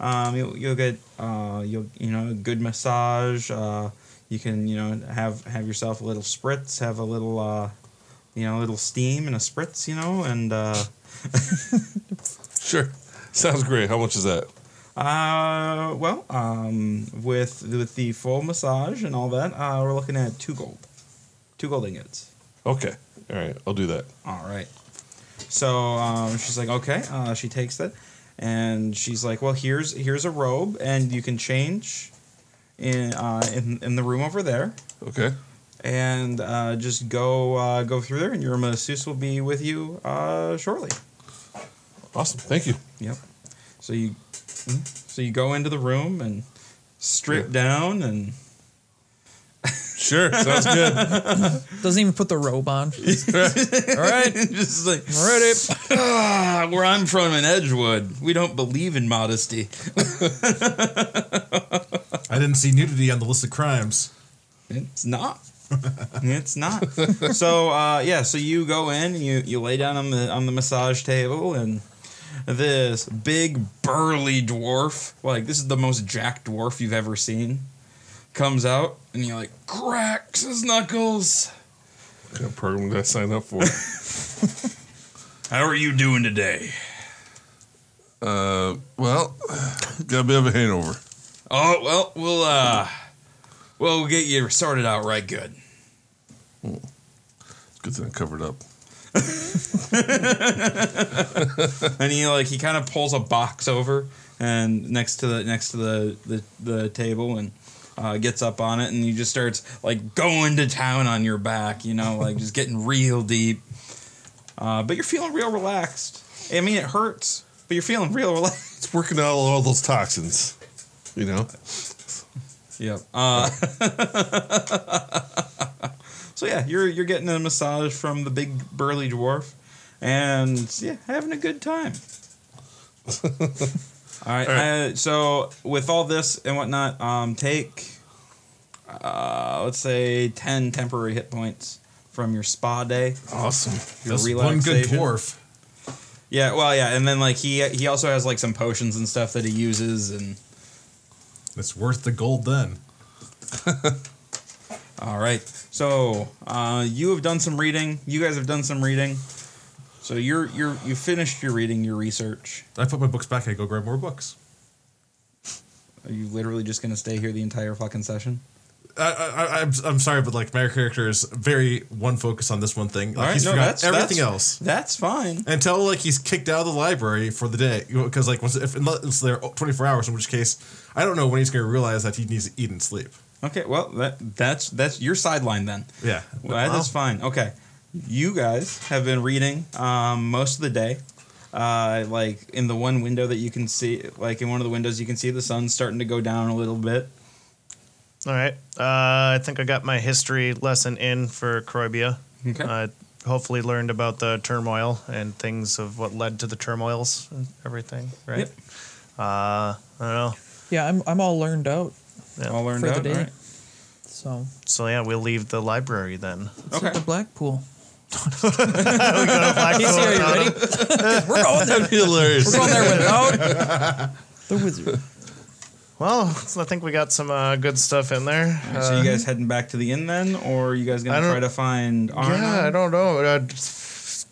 A: Um, you'll, you'll get uh, you'll you know a good massage. Uh, you can you know have have yourself a little spritz, have a little uh, you know, a little steam and a spritz, you know, and uh,
F: Sure. Sounds great. How much is that?
A: uh, well, um, with with the full massage and all that, uh, we're looking at two gold, two gold ingots.
F: Okay. All right. I'll do that.
A: All right. So um, she's like, okay. Uh, she takes that, and she's like, well, here's here's a robe, and you can change in uh, in in the room over there,
F: Okay.
A: and uh, just go uh, go through there, and your masseuse will be with you uh, shortly.
F: Awesome. Thank you.
A: Yep. So you mm, so you go into the room and strip down and
F: Sure. Sounds good.
C: Doesn't even put the robe on. All right,
A: just like
C: I'm ready.
A: ah, where I'm from in Edgewood, we don't believe in modesty.
H: I didn't see nudity on the list of crimes.
A: It's not. it's not. So uh, yeah, so you go in, and you you lay down on the on the massage table, and this big burly dwarf, like this is the most jack dwarf you've ever seen, comes out, and you're like cracks his knuckles.
F: What kind of program did I sign up for?
A: How are you doing today?
F: Uh, well, got a bit of a hangover.
A: Oh well, we'll uh, well we'll get you sorted out right good.
F: It's a good thing I covered up.
A: and he like he kind of pulls a box over and next to the next to the the, the table and uh, gets up on it and he just starts like going to town on your back you know like just getting real deep uh, but you're feeling real relaxed i mean it hurts but you're feeling real relaxed
F: It's working out all those toxins. You know.
A: yep uh, so yeah you're you're getting a massage from the big burly dwarf and yeah having a good time All right. Uh, so with all this and whatnot, um, take uh, let's say ten temporary hit points from your spa day.
F: Awesome.
A: Your
H: That's one good
A: relaxation.
H: dwarf.
A: Yeah. Well, yeah, and then like he he also has like some potions and stuff that he uses and.
H: It's worth the gold then.
A: All right. So uh, you have done some reading. You guys have done some reading. So you're you're you finished your reading, your research.
H: I put my books back. I go grab more books.
A: Are you literally just gonna stay here the entire fucking session?
H: I, I, I- I'm, I'm sorry, but like my character is very one focus on this one thing. Like
A: All right,
H: he's
A: no,
H: forgot
A: that's-
H: everything
A: that's-
H: else
A: That's fine.
H: until like he's kicked out of the library for the day. Because like once if unless they're 24 hours, in which case I don't know when he's going to realize that he needs to eat and sleep.
A: Okay. Well, that that's that's your sideline then.
H: Yeah,
A: Well, that is fine. Okay. You guys have been reading um, most of the day. Uh, like in the one window that you can see, like in one of the windows, you can see the sun's starting to go down a little bit.
E: All right. Uh, I think I got my history lesson in for Croibia.
A: Okay.
E: I hopefully learned about the turmoil and things of what led to the turmoils and everything, right?
A: Yep.
E: Uh, I don't know.
C: Yeah, I'm I'm all learned out.
E: Yeah.
A: All learned
C: For the
A: out.
C: day.
A: All right.
C: So
E: So, yeah, we'll leave the library then.
C: let's hit
A: Okay.
C: the Blackpool.
E: Black
C: Casey, are you ready? We're going there.
F: That'd be hilarious.
C: We're going there without the wizard.
E: Well, so I think we got some uh, good stuff in there.
A: All right, so you guys heading back to the inn then, or are you guys
E: Uh-huh. I
A: gonna
E: don't-
A: try to find Arnon?
E: Uh, Yeah, I don't know. Uh,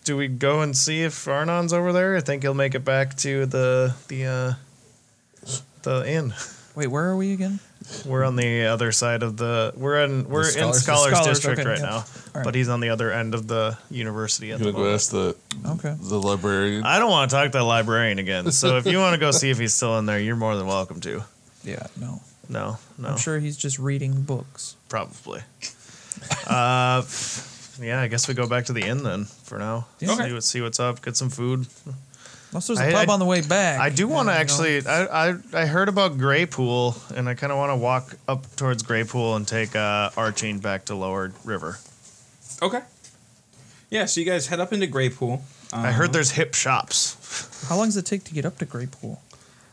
E: do we go and see if Arnon's over there? I think he'll make it back to the the uh, the inn.
C: Wait, where are we again?
E: We're on the other side of the. We're in we're in
H: Scholars-
E: Scholars,
C: Scholars,
E: District
C: okay,
E: right
C: yeah.
E: now,
C: All
E: but
C: right.
E: he's on the other end of the university at
F: You
E: the
F: want to go
E: moment.
F: ask the
C: Okay.
F: the librarian?
E: I don't want to talk to the librarian again. So if you want to go see if he's still in there, you're more than welcome to.
C: Yeah, no.
E: No, no,
C: I'm sure he's just reading books.
E: probably. uh, yeah, I guess we go back to the inn then for now.
C: Yeah.
E: See, what, see what's up. Get some food.
C: Unless there's a
E: I-
C: pub
E: I-
C: on the way back.
E: I do
C: Yeah,
E: want to
C: you know.
E: actually. I, I I heard about Gray Pool, and I kind of want to walk up towards Gray Pool and take uh, Arching back to Lower River.
A: Okay. Yeah, so you guys head up into Greypool.
E: I
C: Uh-huh.
E: heard there's hip shops.
C: How long does it take to get up to Grey Pool?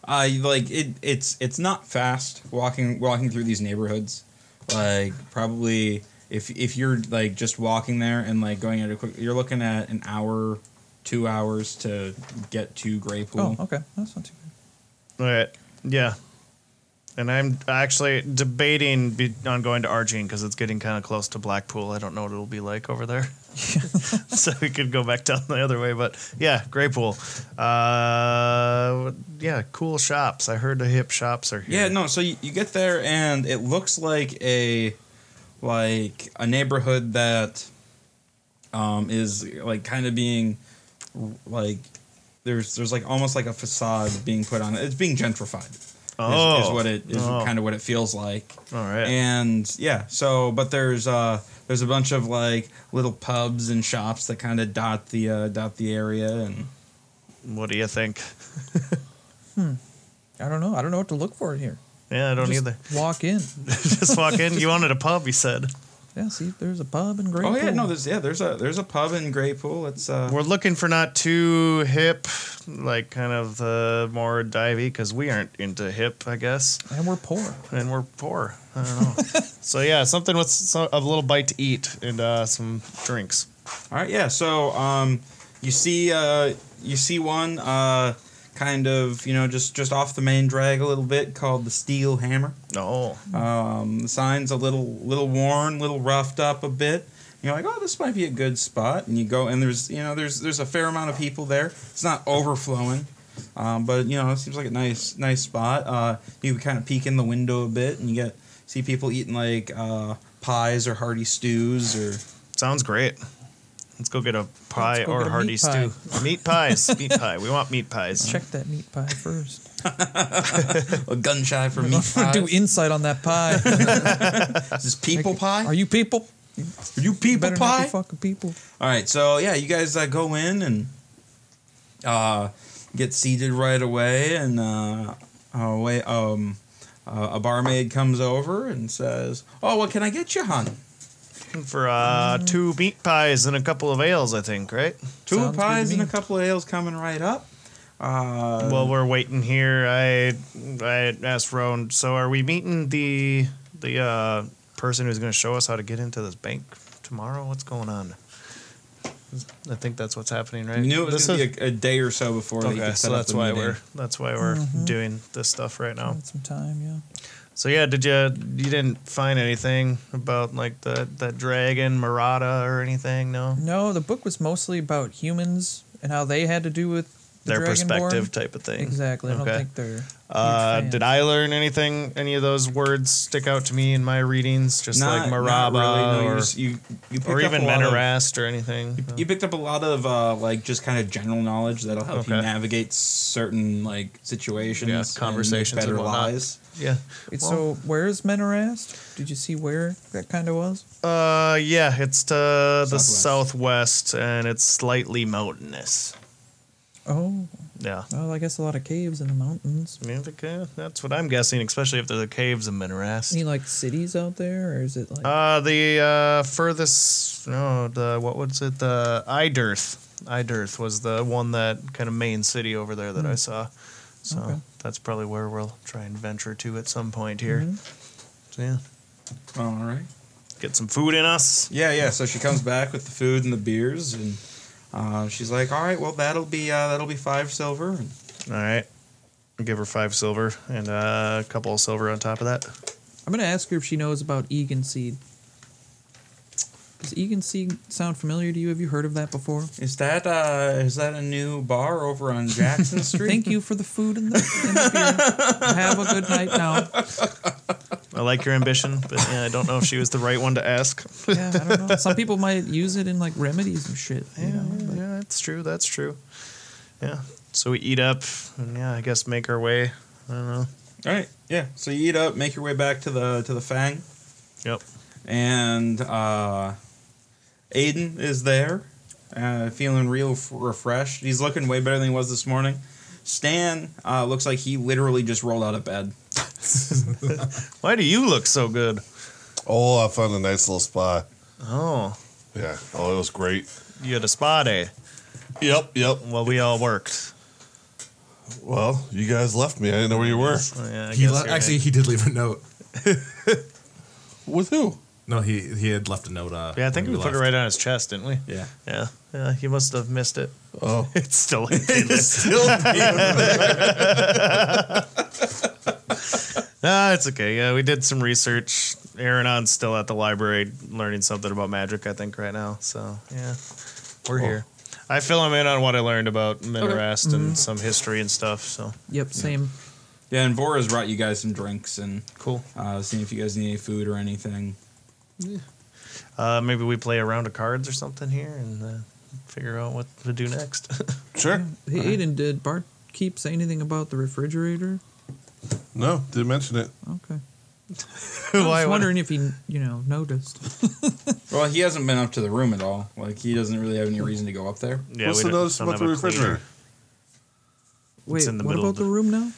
A: Uh, you- like it, it's it's not fast walking walking through these neighborhoods. Like probably if if you're like just walking there and like going at a quick, you're looking at an hour, two hours to get to Greypool.
E: Oh,
C: Oh, okay. That's not too bad.
E: All right. Yeah. And I'm actually debating be- on going to Argene because it's getting kind of close to Blackpool. I don't know what it'll be like over there. so we could go back down the other way. But yeah, Greypool. Uh, yeah, cool shops. I heard the hip shops are here.
A: Yeah, no. So you, you get there, and it looks like a like a neighborhood that um, is like kind of being like there's there's like almost like a facade being put on it. It's being gentrified.
E: Oh.
A: is, is what it is
E: Oh.
A: kind of what it feels like.
E: All right.
A: And yeah, so but there's uh there's a bunch of like little pubs and shops that kind of dot the uh, dot the area and
E: what do you think?
C: I don't know. I don't know what to look for here.
E: Yeah, I don't
C: Just
E: either.
C: Walk in.
E: Just walk in. You wanted a pub, you said.
C: Yeah, see, there's a pub in Great.
A: Oh yeah,
C: Pool.
A: no, there's yeah, there's a there's a pub in Greypool. It's uh
E: We're looking for not too hip, like kind of uh, more divey, because we aren't into hip, I guess,
C: and we're poor.
E: and we're poor. I don't know. so yeah, something with some, a little bite to eat and uh, some drinks.
A: All right, yeah. So um, you see, uh, you see one uh, kind of, you know, just just off the main drag a little bit called the Steel Hammer.
E: No,
A: Um, the sign's a little little worn, little roughed up a bit. You're like, oh, this might be a good spot, and you go, and there's you know there's there's a fair amount of people there. It's not overflowing, um, but you know it seems like a nice nice spot. Uh, you kind of peek in the window a bit, and you get see people eating like uh, pies or hearty stews or.
E: sounds great. Let's go get a pie
C: Let's go
E: or
C: get a
E: hearty
C: meat pie.
E: stew. meat pies, meat pie. We want meat pies.
C: Check that meat pie first.
A: a gun shy for me.
C: Do insight on that pie.
A: Is this people pie?
C: Are you people?
A: Are you people
C: Better not
A: pie?
C: be fucking people.
A: All right, so yeah, you guys uh, go in and uh, get seated right away, and uh, uh, wait, um, uh, a barmaid comes over and says, "Oh, what can I get you, hon?
E: Looking for uh, two meat pies and a couple of ales, I think. Right.
A: Two
C: Sounds good to
A: pies and
C: me.
A: a couple of ales coming right up."
C: Um,
A: Uh,
E: While we're waiting here, I I asked Roan, so are we meeting the the uh, person who's going to show us how to get into this bank tomorrow? What's going on? I think that's what's happening, right?
A: you knew it was
E: This
A: gonna
E: is-
A: be a, a day or so before. they
E: okay,
A: could set
E: so
A: up
E: that's
A: the
E: why
A: meeting.
E: we're that's why we're
C: Mm-hmm.
E: doing this stuff right now.
C: Had some time, yeah.
E: So yeah, did you you didn't find anything about like the the dragon Murata or anything? No,
C: No, the book was mostly about humans and how they had to do with the
E: their
C: Dragonborn.
E: perspective type of thing.
C: Exactly. I
E: Okay.
C: don't think they're.
E: Uh,
C: huge
E: did
C: fans.
E: I learn anything? Any of those words stick out to me in my readings? Just
A: Not-
E: like
A: not
E: Maraba
A: really, no,
E: or,
A: you just- you, you picked
E: or
A: up
E: even
A: a lot of-
E: Menarast or anything?
A: You picked up a lot of uh, like just kind of general knowledge that'll help you
E: Okay.
A: navigate certain like situations,
E: Yeah,
A: and
E: conversations
A: better
E: and whatnot.
A: lies.
E: Yeah.
C: Wait, so where's Menarast? Did you see where that kind of was?
E: Uh, yeah, it's to the
A: Southwest.
E: southwest and it's slightly mountainous.
C: Oh,
E: Yeah.
C: well, I guess a lot of caves in the mountains.
E: Yeah, okay, That's what I'm guessing, especially if there's the caves in Menarast.
C: Any like cities out there, or is it like
E: Uh, the uh, furthest, no, the what was it? The Idirth. Idirth was the one that kind of main city over there that I saw. So
C: Hmm. Okay.
E: that's probably where we'll try and venture to at some point here.
C: Mm-hmm.
E: So yeah,
A: All right.
E: get some food in us.
A: Yeah, yeah. So she comes back with the food and the beers, and uh, she's like, "All right, well, that'll be uh, that'll be five silver." And
E: All right, give her five silver and uh, a couple of silver on top of that.
C: I'm gonna ask her if she knows about Egan Seed. Does Egan Seed sound familiar to you? Have you heard of that before?
A: is that uh, is that a new bar over on Jackson Street?
C: Thank you for the food and the, and the beer. Have a good night now.
E: I like your ambition, but yeah, I don't know if she was the right one to ask.
C: Yeah, I don't know. Some people might use it in like remedies and shit. You
E: Yeah,
C: know?
E: yeah, yeah, that's true. That's true. Yeah. So we eat up, and yeah, I guess make our way. I don't know.
A: All right. Yeah. So you eat up, make your way back to the to the Fang,
E: Yep.
A: and uh, Aiden is there, uh, feeling real f- refreshed. He's looking way better than he was this morning. Stan uh, looks like he literally just rolled out of bed.
E: Why do you look so good?
F: Oh, I found a nice little spa.
E: Oh,
F: Yeah. Oh, it was great.
E: you had a spa day.
F: Yep. Yep.
E: Well, we all worked.
F: Well, you guys left me. I didn't know where you were.
E: Oh, yeah, I
B: He
E: guess
B: le-
E: you're
B: actually
E: right.
B: he did leave a note.
F: With who?
B: No, he he had left a note. Uh,
E: Yeah, I think
B: when
E: we
B: you
E: put it
B: left.
E: right on his chest, didn't we?
A: Yeah.
E: Yeah. Yeah. He must have missed it.
F: Oh,
E: It's still. it's
F: still.
E: Ah, it's okay. Yeah, we did some research. Aaronon's still at the library learning something about magic, I think, right now. So yeah, we're here. I fill him in on what I learned about Minerast
C: Mm-hmm.
E: and some history and stuff. So
C: Yep, same.
A: Yeah, and Vora's brought you guys some drinks and
E: cool.
A: uh, seeing if you guys need any food or anything.
E: Uh, maybe we play a round of cards or something here and uh, figure out what to do next.
F: Sure.
C: Hey, Aiden, did Bart keep say anything about the refrigerator?
F: No, didn't mention it.
C: Okay.
E: Why
C: I was
E: would-
C: wondering if he, you know, noticed.
A: Well, he hasn't been up to the room at all. Like he doesn't really have any reason to go up there.
E: Yeah, we
F: What's the
E: don't-
F: notice
E: don't
F: about
E: have
F: the
E: a cleaner.
F: refrigerator?
C: Wait,
E: in the
C: what
E: middle
C: about
E: of
C: the
E: the-
C: room now?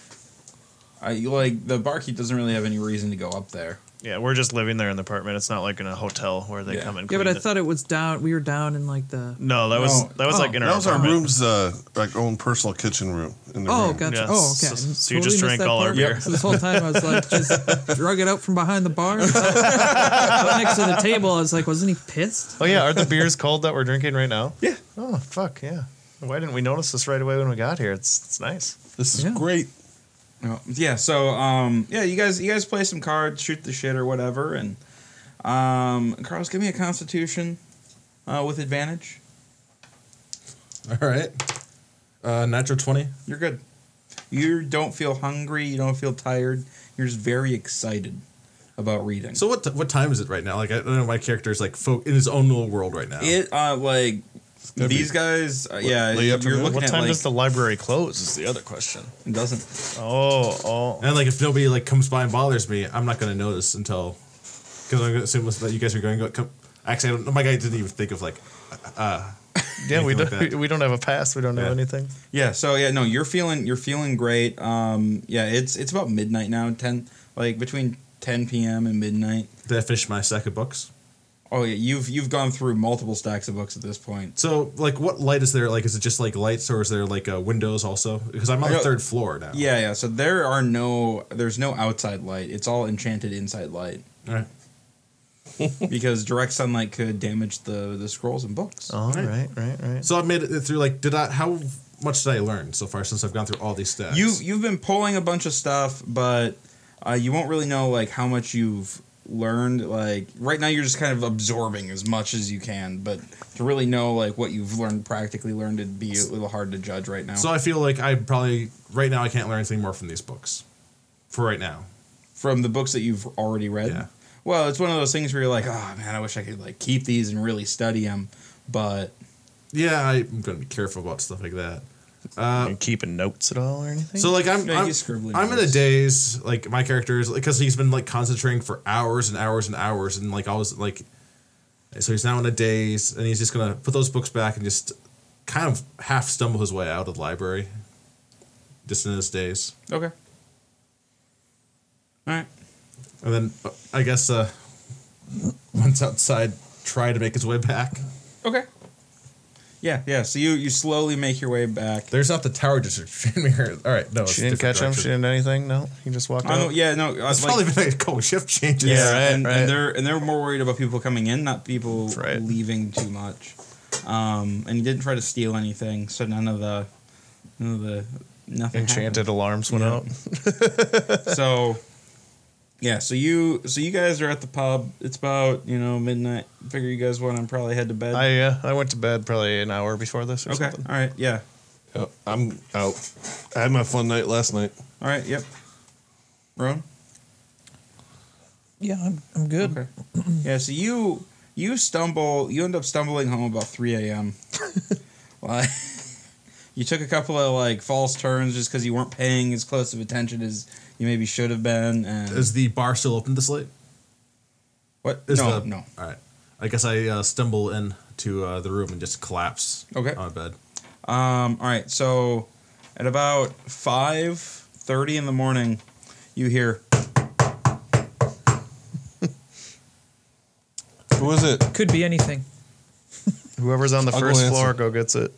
A: I like the barkeep doesn't really have any reason to go up there.
E: Yeah, we're just living there in the apartment. It's not like in a hotel where they
A: Yeah.
E: come and
C: Yeah, but
E: clean
C: I
E: it.
C: thought it was down. We were down in like the.
E: no, that was
A: No.
E: that was like in our
F: That was our
E: apartment.
F: Oh. room's uh, like own personal kitchen room in the
C: Oh,
F: room.
C: gotcha.
E: Yeah,
C: Oh,
E: so-
C: okay.
E: so you just
C: missed
E: drank
C: that
E: all our
C: part.
E: beer.
C: So this whole time I was like, just drug it out from behind the bar. next to the table, I was like, wasn't he pissed?
E: Oh yeah, are the beers cold that we're drinking right now? Yeah. Oh fuck yeah! Why didn't we notice this right away when we got here? It's it's nice.
F: This is
C: Yeah.
F: great.
A: No. Yeah, so um, yeah, you guys, you guys play some cards, shoot the shit or whatever, and um, Carlos, give me a Constitution uh, with advantage.
B: All right. Uh, natural 20.
A: You're good. You don't feel hungry. You don't feel tired. You're just very excited about reading.
B: So what t- what time is it right now? Like I don't know. My character is like fo- in his own little world right now.
A: it uh, like
F: gotta
A: these
F: be-
A: guys, uh, yeah,
F: late
A: you're
F: afternoon?
A: looking
E: What
A: at
E: time
A: like
E: does the library close? Is the other question.
A: it doesn't.
E: Oh oh.
B: and like if nobody like comes by and bothers me, I'm not gonna notice until because I'm gonna assume that you guys are going to come. Actually, I don't, my guy didn't even think of like
E: Yeah, we
B: Anything
E: don't
B: like that.
E: we don't have a pass. We don't know
B: Yeah.
E: anything.
A: Yeah, so yeah, no, you're feeling you're feeling great. Um, yeah, it's it's about midnight now, ten like between ten p.m. and midnight.
B: did I finish my stack of books?
A: Oh yeah, you've you've gone through multiple stacks of books at this point.
B: So like what light is there? Like is it just like lights or is there like uh, windows also? Because I'm on the
A: I got-
B: third floor now.
A: Yeah, yeah. So there are no there's no outside light. It's all enchanted inside light
B: All right.
A: because direct sunlight could damage the the scrolls and books.
E: Oh right right right.
B: So I've made it through. Like did I? How much did I learn so far since I've gone through all these stacks?
A: You you've been pulling a bunch of stuff, but uh, you won't really know like how much you've learned. Like right now, you're just kind of absorbing as much as you can, but to really know like what you've learned, practically learned, it'd be a little hard to judge right now.
B: So I feel like I probably right now I can't learn anything more from these books, for right now.
A: from the books that you've already read.
B: Yeah.
A: Well, it's one of those things where you're like, oh man, I wish I could like keep these and really study them, but
B: Yeah, I'm gonna be careful about stuff like that.
E: Are you keeping notes at all or anything?
B: Uh, So like I'm
A: Yeah,
B: I'm,
A: he's scribbling
B: I'm in a
A: notes.
B: daze. Like my character is because he's been like concentrating for hours and hours and hours and like always like. So he's now in a daze, and he's just gonna put those books back and just kind of half stumble his way out of the library. Just in his daze,
A: okay. All right.
B: and then uh, I guess uh, once outside, try to make his way back.
A: Okay. Yeah, yeah. So you you slowly make your way back.
B: There's not the tower district mirror. All right, no, it's
E: she didn't
B: different
E: catch him. She
B: direction.
E: didn't anything. No, he just walked
A: I
E: out.
A: don't, yeah, no. uh,
B: It's
A: like-
B: probably been like a couple shift changes.
E: Yeah, right,
A: and,
E: right.
A: and they're and they're more worried about people coming in, not people
E: That's right.
A: leaving too much. Um, and he didn't try to steal anything, so none of the, none of the nothing
E: Enchanted alarms went out.
A: happened. So, yeah. So you so you guys are at the pub. It's about you know midnight. Figure you guys want to probably head to bed.
E: I uh, I went to bed probably an hour before this or
A: okay.
E: something.
A: All right. Yeah.
F: Yep, I'm out. I had my fun night last night.
A: All right. Yep. Roan.
C: Yeah, I'm, I'm good.
A: Okay. yeah. So you you stumble. You end up stumbling home about three a.m. like you took a couple of like false turns just because you weren't paying as close of attention as you maybe should have been. And
B: Is the bar still open this late?
A: what?
B: Is
A: no.
B: the-
A: No.
B: All right. I guess I uh, stumble into uh, the room and just collapse
A: Okay.
B: on a bed.
A: Um. All right. So at about five thirty in the morning, you hear.
F: Who is it?
C: Could be anything.
E: Whoever's on the
F: I'll go
E: first
F: answer.
E: floor go gets it.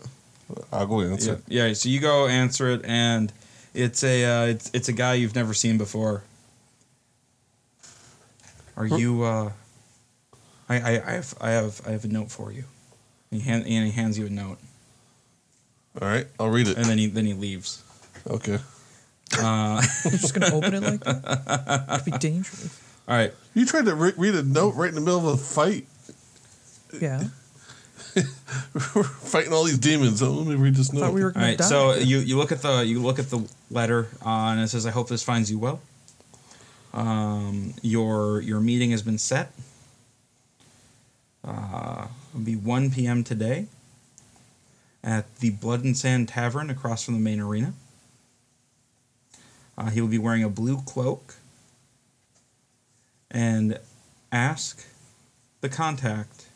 F: I'll go answer.
A: Yeah. yeah. So you go answer it, and it's a uh, it's it's a guy you've never seen before. Are you? Uh, I I I have I have I have a note for you. And he, hand, and he hands you a note,
F: All right, I'll read it.
A: and then he then he leaves.
F: Okay.
A: Uh,
C: You're just gonna open it like that? Could be dangerous.
A: All right.
F: You tried to re- read a note right in the middle of a fight,
C: Yeah.
F: We're fighting all these demons. Oh, let me read this note.
C: Thought we were
A: All
C: gonna
A: right.
C: die.
A: So you, you look at the you look at the letter uh, and it says, "I hope this finds you well." Um, your your meeting has been set. Uh, it'll be one p.m. today at the Blood and Sand Tavern across from the main arena. Uh, he will be wearing a blue cloak and ask the contact,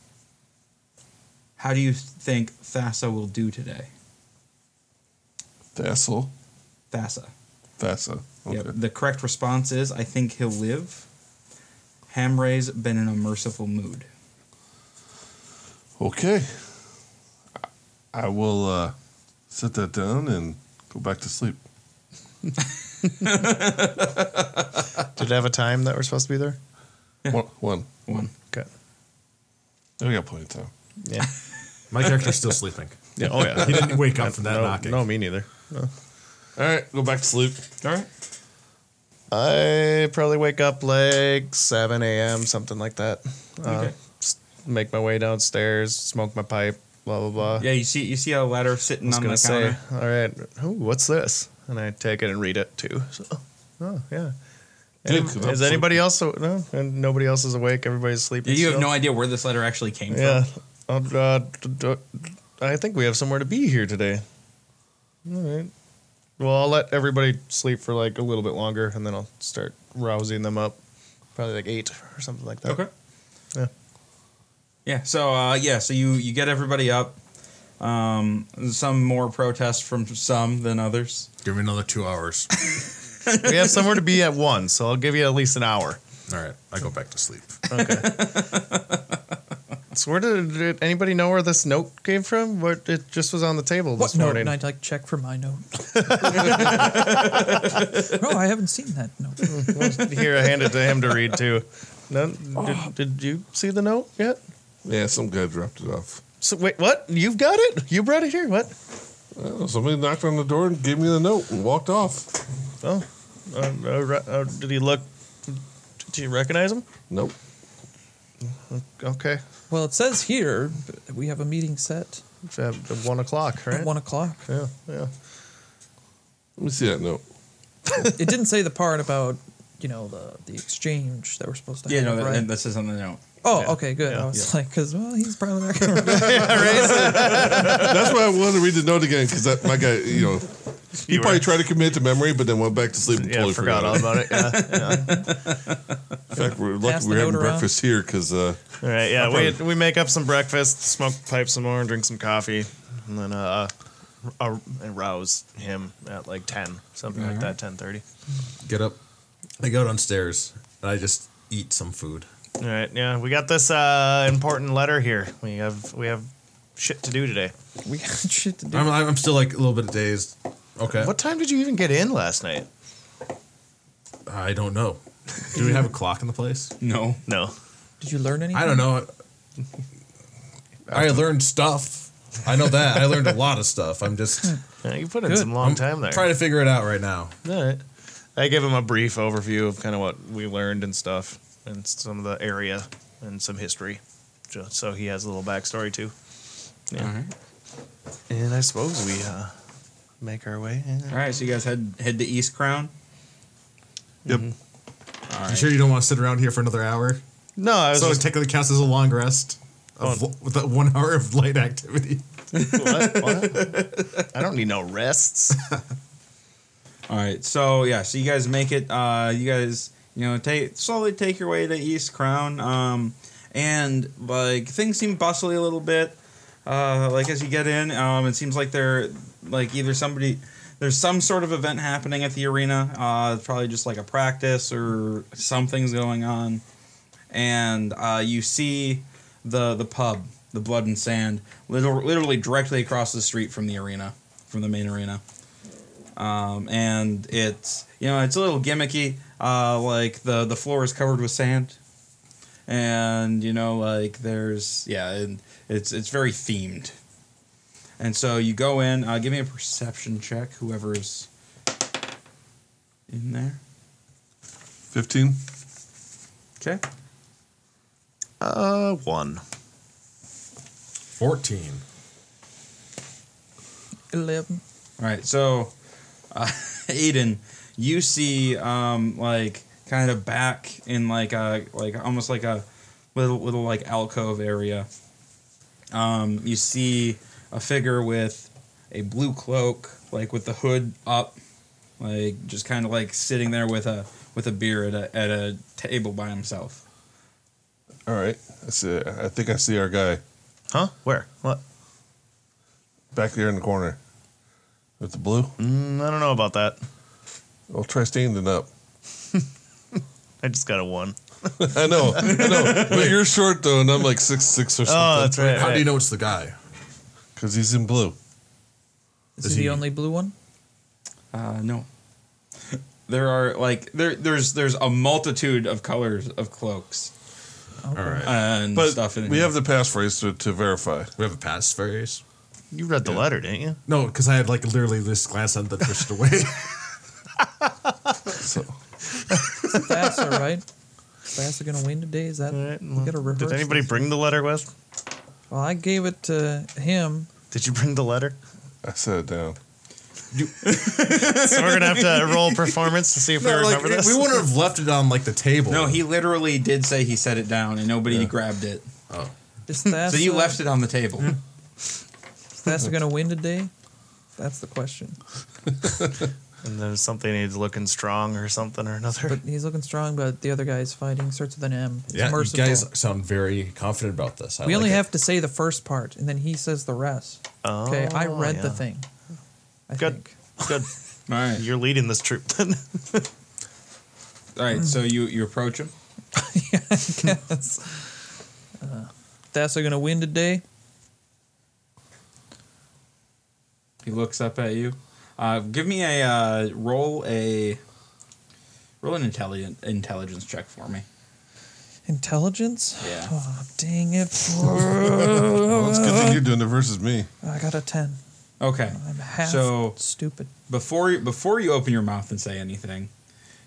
A: "How do you think Thassa will do today?"
F: Thassel.
A: Thassa.
F: Thassa. Okay.
A: Yep. The correct response is I think he'll live. Hamray's been in a merciful mood.
F: Okay. I will uh, set that down and go back to sleep.
E: Did it have a time that we're supposed to be there?
F: One. one.
A: One.
E: Okay.
F: We got plenty of time.
E: Yeah.
B: My character's still sleeping.
E: yeah. Oh yeah.
B: He didn't wake up from that
E: no,
B: knocking.
E: no, me neither. No.
F: All right, go back to sleep.
A: All right.
E: I probably wake up like 7 a.m., something like that. Uh,
A: Okay.
E: s- make my way downstairs, smoke my pipe, blah, blah, blah.
A: Yeah, you see you see a letter sitting
E: I was
A: on the
E: going to
A: counter.
E: say, all right, ooh, what's this? And I take it and read it too. So, oh, yeah.
F: Good,
E: Any-
F: 'cause I'm
E: is anybody else? No, and nobody else is awake. Everybody's sleeping.
A: You have
E: still?
A: no idea where this letter actually came
E: Yeah.
A: from.
E: Um, uh, d- d- I think we have somewhere to be here today. All right. Well, I'll let everybody sleep for like a little bit longer, and then I'll start rousing them up. Probably like eight or something like that.
A: Okay.
E: Yeah.
A: Yeah. So uh, yeah, so you you get everybody up. Um, some more protests from some than others.
B: Give me another two hours.
E: we have somewhere to be at one, so I'll give you at least an hour.
B: All right, I go back to sleep.
E: So where did, did anybody know where this note came from? What it just was on the table this
C: what note?
E: morning.
C: And I'd like check for my note. no, I haven't seen that note.
E: Here, I handed to him to read too. None,
C: Oh.
E: did, did you see the note yet?
F: Yeah, some guy dropped it off.
E: So wait, what? You've got it? You brought it here? What?
F: Oh, somebody knocked on the door and gave me the note and walked off.
E: Oh, uh, uh, re- uh, did he look? Do you recognize him?
F: Nope.
E: Okay,
C: Well, it says here that we have a meeting set
E: It's at one o'clock, right?
C: at one o'clock.
E: Yeah, yeah.
F: Let me see that note.
C: It didn't say the part about you know the the exchange that we're supposed to
A: Yeah,
C: have.
A: no,
C: right?
A: that, this is on the note.
C: oh,
E: yeah,
C: okay, good.
E: yeah,
C: I was like, because well, he's probably not gonna. remember.
F: That's why I wanted to read the note again because my guy, you know, he
E: You
F: probably
E: were-
F: tried to commit to memory, but then went back to sleep and
E: Yeah,
F: totally
E: forgot
F: forgot.
E: all about it. Yeah.
F: In fact, we're
C: Pass
F: lucky
C: the
F: we're having
C: note around.
F: breakfast here because uh,
E: all right, yeah. We, we make up some breakfast, smoke pipe some more, drink some coffee, and then uh, uh arouse him at like ten, something like that, ten thirty.
B: Get up. I go downstairs and I just eat some food.
E: All right, yeah. We got this uh important letter here. We have we have shit to do today.
C: we got shit to do.
B: I'm, I'm still like a little bit dazed. Okay.
E: What time did you even get in last night?
B: I don't know. Do we have a clock in the place?
A: No.
E: No.
C: Did you learn anything?
B: I don't know. I learned stuff. I know that. I learned a lot of stuff. I'm just
E: Yeah, you put in
C: Good.
E: some long
B: I'm
E: time there.
B: trying to figure it out right now.
E: All right. I give him a brief overview of kind of what we learned and stuff, and some of the area and some history, ju- so he has a little backstory too. Yeah.
A: All right.
E: And I suppose we uh, make our way.
A: All right. So you guys head head to East Crown.
B: You sure you don't want to sit around here for another hour?
E: No, I was
B: So it
E: just
B: technically counts as a long rest. Of
E: Oh.
B: lo- with that one hour of light activity.
E: what? What? I don't need no rests.
A: All right. So yeah. So you guys make it. Uh, you guys, you know, take slowly take your way to East Crown. Um, and like things seem bustly a little bit. Uh, like as you get in, um, it seems like they're like either somebody. There's some sort of event happening at the arena. Uh, it's probably just like a practice or something's going on, and uh, you see the the pub, the Blood and Sand, literally, literally directly across the street from the arena, from the main arena um, and it's you know it's a little gimmicky. Uh, like the the floor is covered with sand, and you know like there's yeah, and it's it's very themed. And so you go in. Uh, give me a perception check. Whoever's in there.
F: 15.
A: Okay.
E: Uh, one.
B: 14.
C: 11.
A: All right. So, uh, Aiden, you see, um, like kind of back in like a like almost like a little little like alcove area. Um, you see a figure with a blue cloak, like with the hood up, like just kind of like sitting there with a with a beer at a at a table by himself.
F: All right. I, see, I think I see our guy
E: Huh? Where? What?
F: back there in the corner with the blue.
E: Mm, I don't know about that.
F: I'll try standing up.
E: I just got a one.
F: I know. I know. But you're short, though, and I'm like six, six or
E: Oh,
F: something.
E: that's right.
B: How
E: right.
B: do you know it's the guy?
F: Because he's in blue.
C: Is,
B: Is
C: he
B: he-
C: the only blue one?
A: Uh, no. There are like there there's there's a multitude of colors of cloaks
B: All right.
A: and
F: But
A: stuff in
F: we
A: here.
F: have the passphrase to, to verify.
B: we have a pass phrase.
E: You read the letter, didn't you?
B: No, because I had like literally this glass on that pushed away.
F: So
C: Faster, right? Faster gonna win today? Is that. we gotta rehearse
E: Did anybody
C: this.
E: bring the letter, Wes?
C: Well, I gave it to him.
E: Did you bring the letter?
F: I set it down.
E: so we're gonna have to roll performance to see if we
B: no, like,
E: remember
B: it-
E: this.
B: we wouldn't have left it on like the table.
A: no, he literally did say he set it down and nobody grabbed it.
C: Is Thassa,
A: So you left it on the table.
C: Is Thassa gonna win today? That's the question.
E: and then something he's looking strong or something or
C: But
E: another.
C: he's looking strong, but the other guy's fighting. Starts with an M. It's
B: yeah,
C: merciful.
B: you guys sound very confident about this. I
C: we
B: like
C: only
B: it.
C: have to say the first part, and then he says the rest.
E: Oh,
C: Okay, I read
E: yeah.
C: the thing. I
E: Good.
C: think.
E: Good.
A: All right.
E: You're leading this troop then.
A: All right. So you you approach him.
C: Yes. Uh, Thassa gonna win today.
A: He looks up at you. Uh, give me a uh, roll a roll an intelligent intelligence check for me.
C: Intelligence.
A: Yeah.
C: Oh, dang it! Flora.
A: Oh,
F: Well, it's
A: uh-huh.
F: good that you're doing it versus me.
C: I got a ten.
A: Okay.
C: I'm half
A: So-
C: stupid.
A: before before you open your mouth and say anything,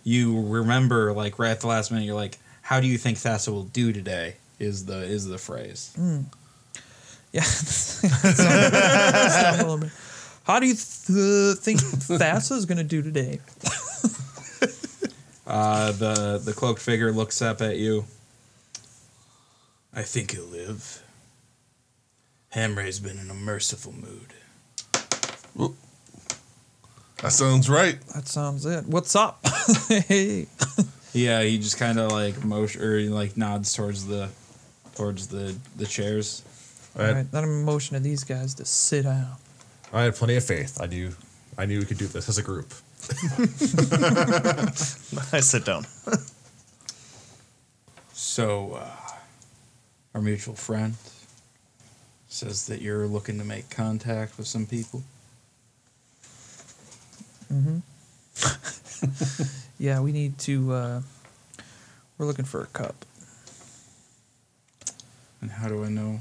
A: you remember like right at the last minute you're like, "How do you think Thassa will do today?" Is the is the phrase?
C: Yeah. Stumble a bit. How do you th- think Thassa's gonna do today?
A: Uh, the the cloaked figure looks up at you. I think he'll live. Hamray's been in a merciful mood.
F: That sounds right.
C: That sounds it. What's up? hey.
A: Yeah, he just kind of like motion or he, like nods towards the towards the the chairs.
B: I
C: All
B: had,
C: right, then I'm motioning these guys to sit down.
B: I had plenty of faith. I knew, I knew we could do this as a group.
E: I sit down.
A: So, uh, our mutual friend says that you're looking to make contact with some people.
C: Yeah, we need to. Uh, we're looking for a cup.
A: And how do I know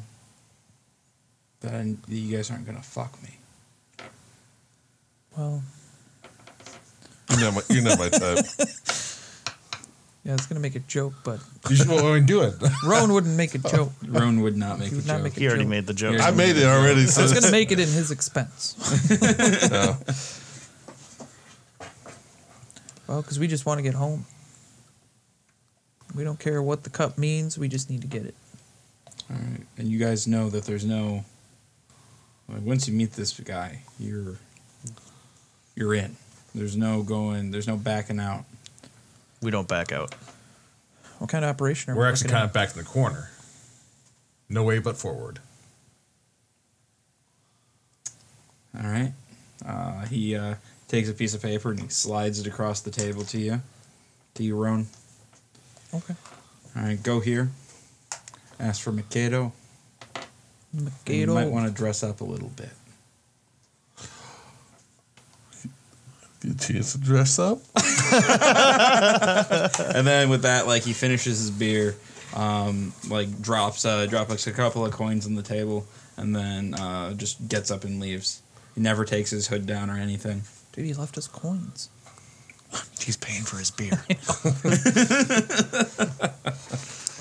A: that, I, that you guys aren't gonna fuck me?
C: Well,
F: You're not my, you're not my type.
C: yeah, I was gonna make a joke, but
B: You should what we do it.
C: Rowan wouldn't make a joke.
A: Roan would not make
C: He
A: a
C: would not
A: joke.
C: make
E: He already
C: joke.
E: made the joke.
A: Here.
F: I made it already.
C: I
F: So
C: was gonna make it in his expense.
F: no.
C: Well, because we just want to get home. We don't care what the cup means. We just need to get it.
A: All right. And you guys know that there's no. Like, once you meet this guy, you're you're in. There's no going. There's no backing out.
E: We don't back out.
C: What kind of operation are we
B: We're actually
C: looking
B: kind of back in the corner. No way but forward.
A: All right. Uh, he uh, takes a piece of paper and he slides it across the table to you, to you, Roan.
C: at? Okay.
A: All right, go here. Ask for Makedo. and You might
C: Mikado.
A: want to dress up a little bit.
F: You chance to dress up?
A: and then with that, like he finishes his beer, um, like drops uh, drops a couple of coins on the table, and then uh, just gets up and leaves. He never takes his hood down or anything.
C: Dude, he left us coins.
E: He's paying for his beer.
B: I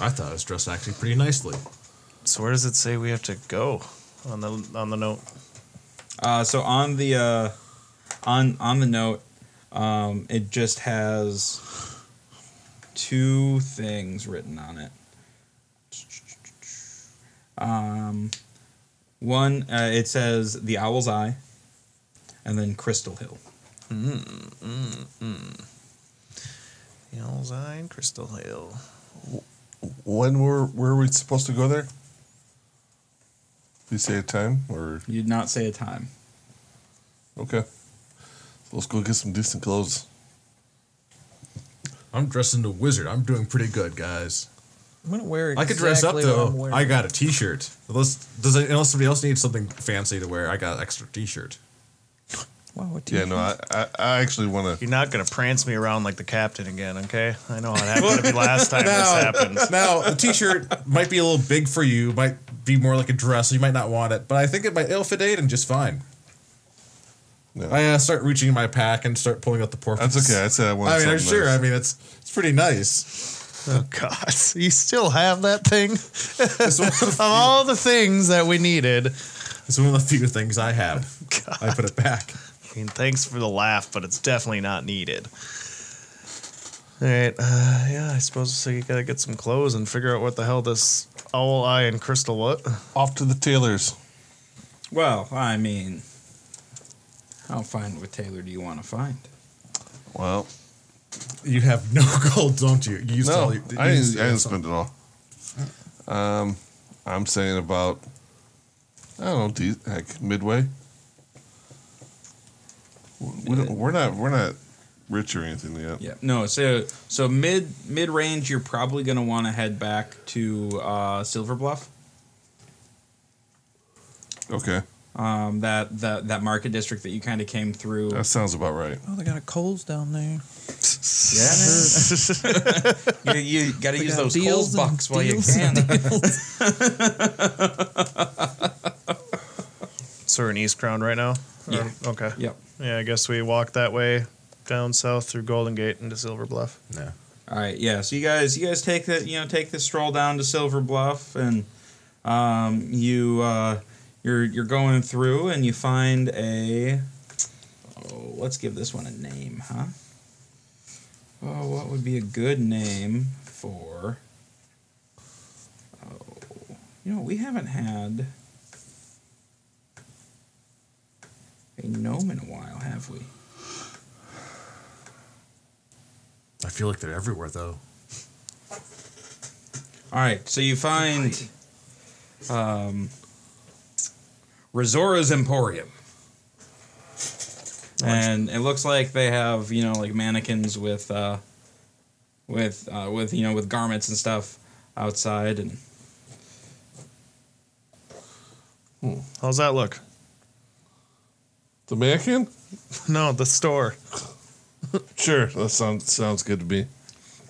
B: thought I was dressed actually pretty nicely.
E: so where does it say we have to go on the on the note?
A: Uh, so on the uh, on on the note, um, it just has two things written on it. Um, one uh, it says the Owl's Eye, and then Crystal Hill.
E: Hill's Eye and Crystal Hill.
F: When were where were we supposed to go there? Did you say a time or
A: You did not say a time.
F: okay? So let's go get some decent clothes.
B: I'm dressed in a wizard. I'm doing pretty good, guys.
C: I'm gonna wear.
B: I could dress up
C: exactly what I'm
B: though.
C: wearing.
B: I got a T-shirt. Unless does it, unless somebody else needs something fancy to wear, I got an extra T-shirt.
C: Wow, a
F: Yeah, no, I I, I actually want to.
E: You're not gonna prance me around like the captain again, okay? I know what happened to me last time this happened.
B: Now the T-shirt might be a little big for you. Might be more like a dress. So you might not want it, but I think it might it'll fit Aiden just fine. I uh, start reaching in my pack and start pulling out the pork.
F: That's okay. I said I want.
B: I mean, I'm
F: something
B: sure.
F: nice.
B: I mean, it's it's pretty nice.
E: Oh God! You still have that thing? of all the things that we needed.
B: It's one of the few things I have. I put it back.
E: I mean, thanks for the laugh, but it's definitely not needed. All right. Uh, yeah, I suppose so. You gotta get some clothes and figure out what the hell this owl eye and crystal what.
F: Off to the tailors.
A: Well, I mean, how fine of a tailor do you want to find?
F: Well,
B: You have no gold, don't you? You used
F: no,
B: all your, you
F: I didn't,
B: used-
F: I didn't spend it all. Um, I'm saying about I don't know, de- like midway. We don't, we're not we're not rich or anything yet.
A: Yeah. No. So so mid mid range, you're probably gonna want to head back to uh, Silver Bluff.
F: Okay,
A: Um, that that that market district that you kind of came through.
F: that sounds about right.
C: Oh, they got a Coles down there.
A: you, you got to use
C: got
A: those Kohl's
C: deals and
A: bucks while you
C: deals
A: can.
E: So we're in East Crown right now.
A: Yeah.
E: Or- okay.
A: Yep.
E: Yeah, I guess we walk that way down south through Golden Gate into Silver Bluff.
A: All right. Yeah. So you guys, you guys take that, you know, take this stroll down to Silver Bluff, and um, you uh, you're you're going through, and you find a. Oh, let's give this one a name, huh? Oh, what would be a good name for? Oh, you know, we haven't had a gnome in a while, have we?
B: I feel like they're everywhere though.
A: All right, so you find um, Rezora's Emporium, and it looks like they have you know like mannequins with uh, with uh, with you know with garments and stuff outside, and
E: How's that look?
F: The mannequin?
E: No, the store.
F: Sure, that sounds sounds good to me.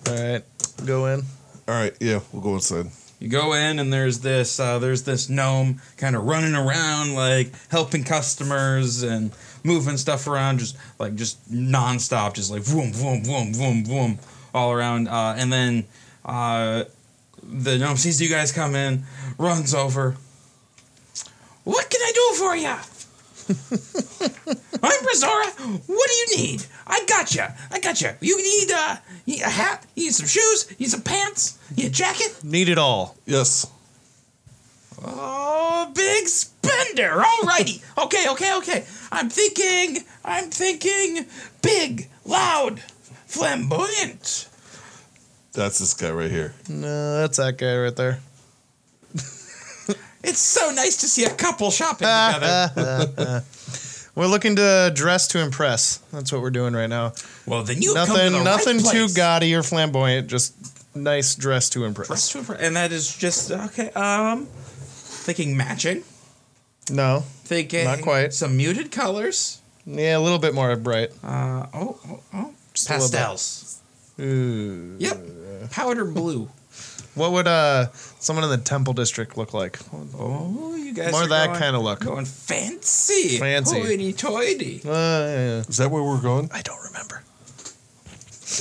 E: All right, go in.
F: All right, yeah, we'll go inside.
A: you go in and there's this uh, there's this gnome kind of running around like helping customers and moving stuff around just like just nonstop just like vroom vroom vroom vroom vroom all around uh, and then uh, the gnome sees you guys come in runs over what can I do for you? I'm Brazora. What do you need? I got you. I got you. You need, uh, you need a hat. You need some shoes. You need some pants. You need a jacket.
E: Need it all.
F: Yes,
A: Oh, big spender. Alrighty. okay, okay, okay. I'm thinking, I'm thinking big, loud, flamboyant.
F: that's this guy right here.
E: No, that's that guy right there.
A: It's so nice to see a couple shopping
E: Ah,
A: together.
E: We're looking to dress to impress. That's what we're doing right now.
A: well, then you come to
E: nothing,
A: the
E: nothing
A: right
E: too
A: place.
E: gaudy or flamboyant. Just nice dress to impress.
A: That's super- And that is just okay. Um, thinking matching.
E: No,
A: Thinking
E: Not quite.
A: some muted colors.
E: yeah, a little bit more bright.
A: Uh, oh, oh, oh.
E: Just a little bit.
A: pastels.
E: Ooh.
A: Yep, powder blue.
E: What would uh someone in the temple district look like?
A: Oh, you guys
E: More
A: are
E: that
A: going-
E: kinda look. Uh,
A: Going fancy,
E: Fancy.
A: hoity-toity.
E: Uh, yeah, yeah.
F: Is that where we're going?
E: I don't remember.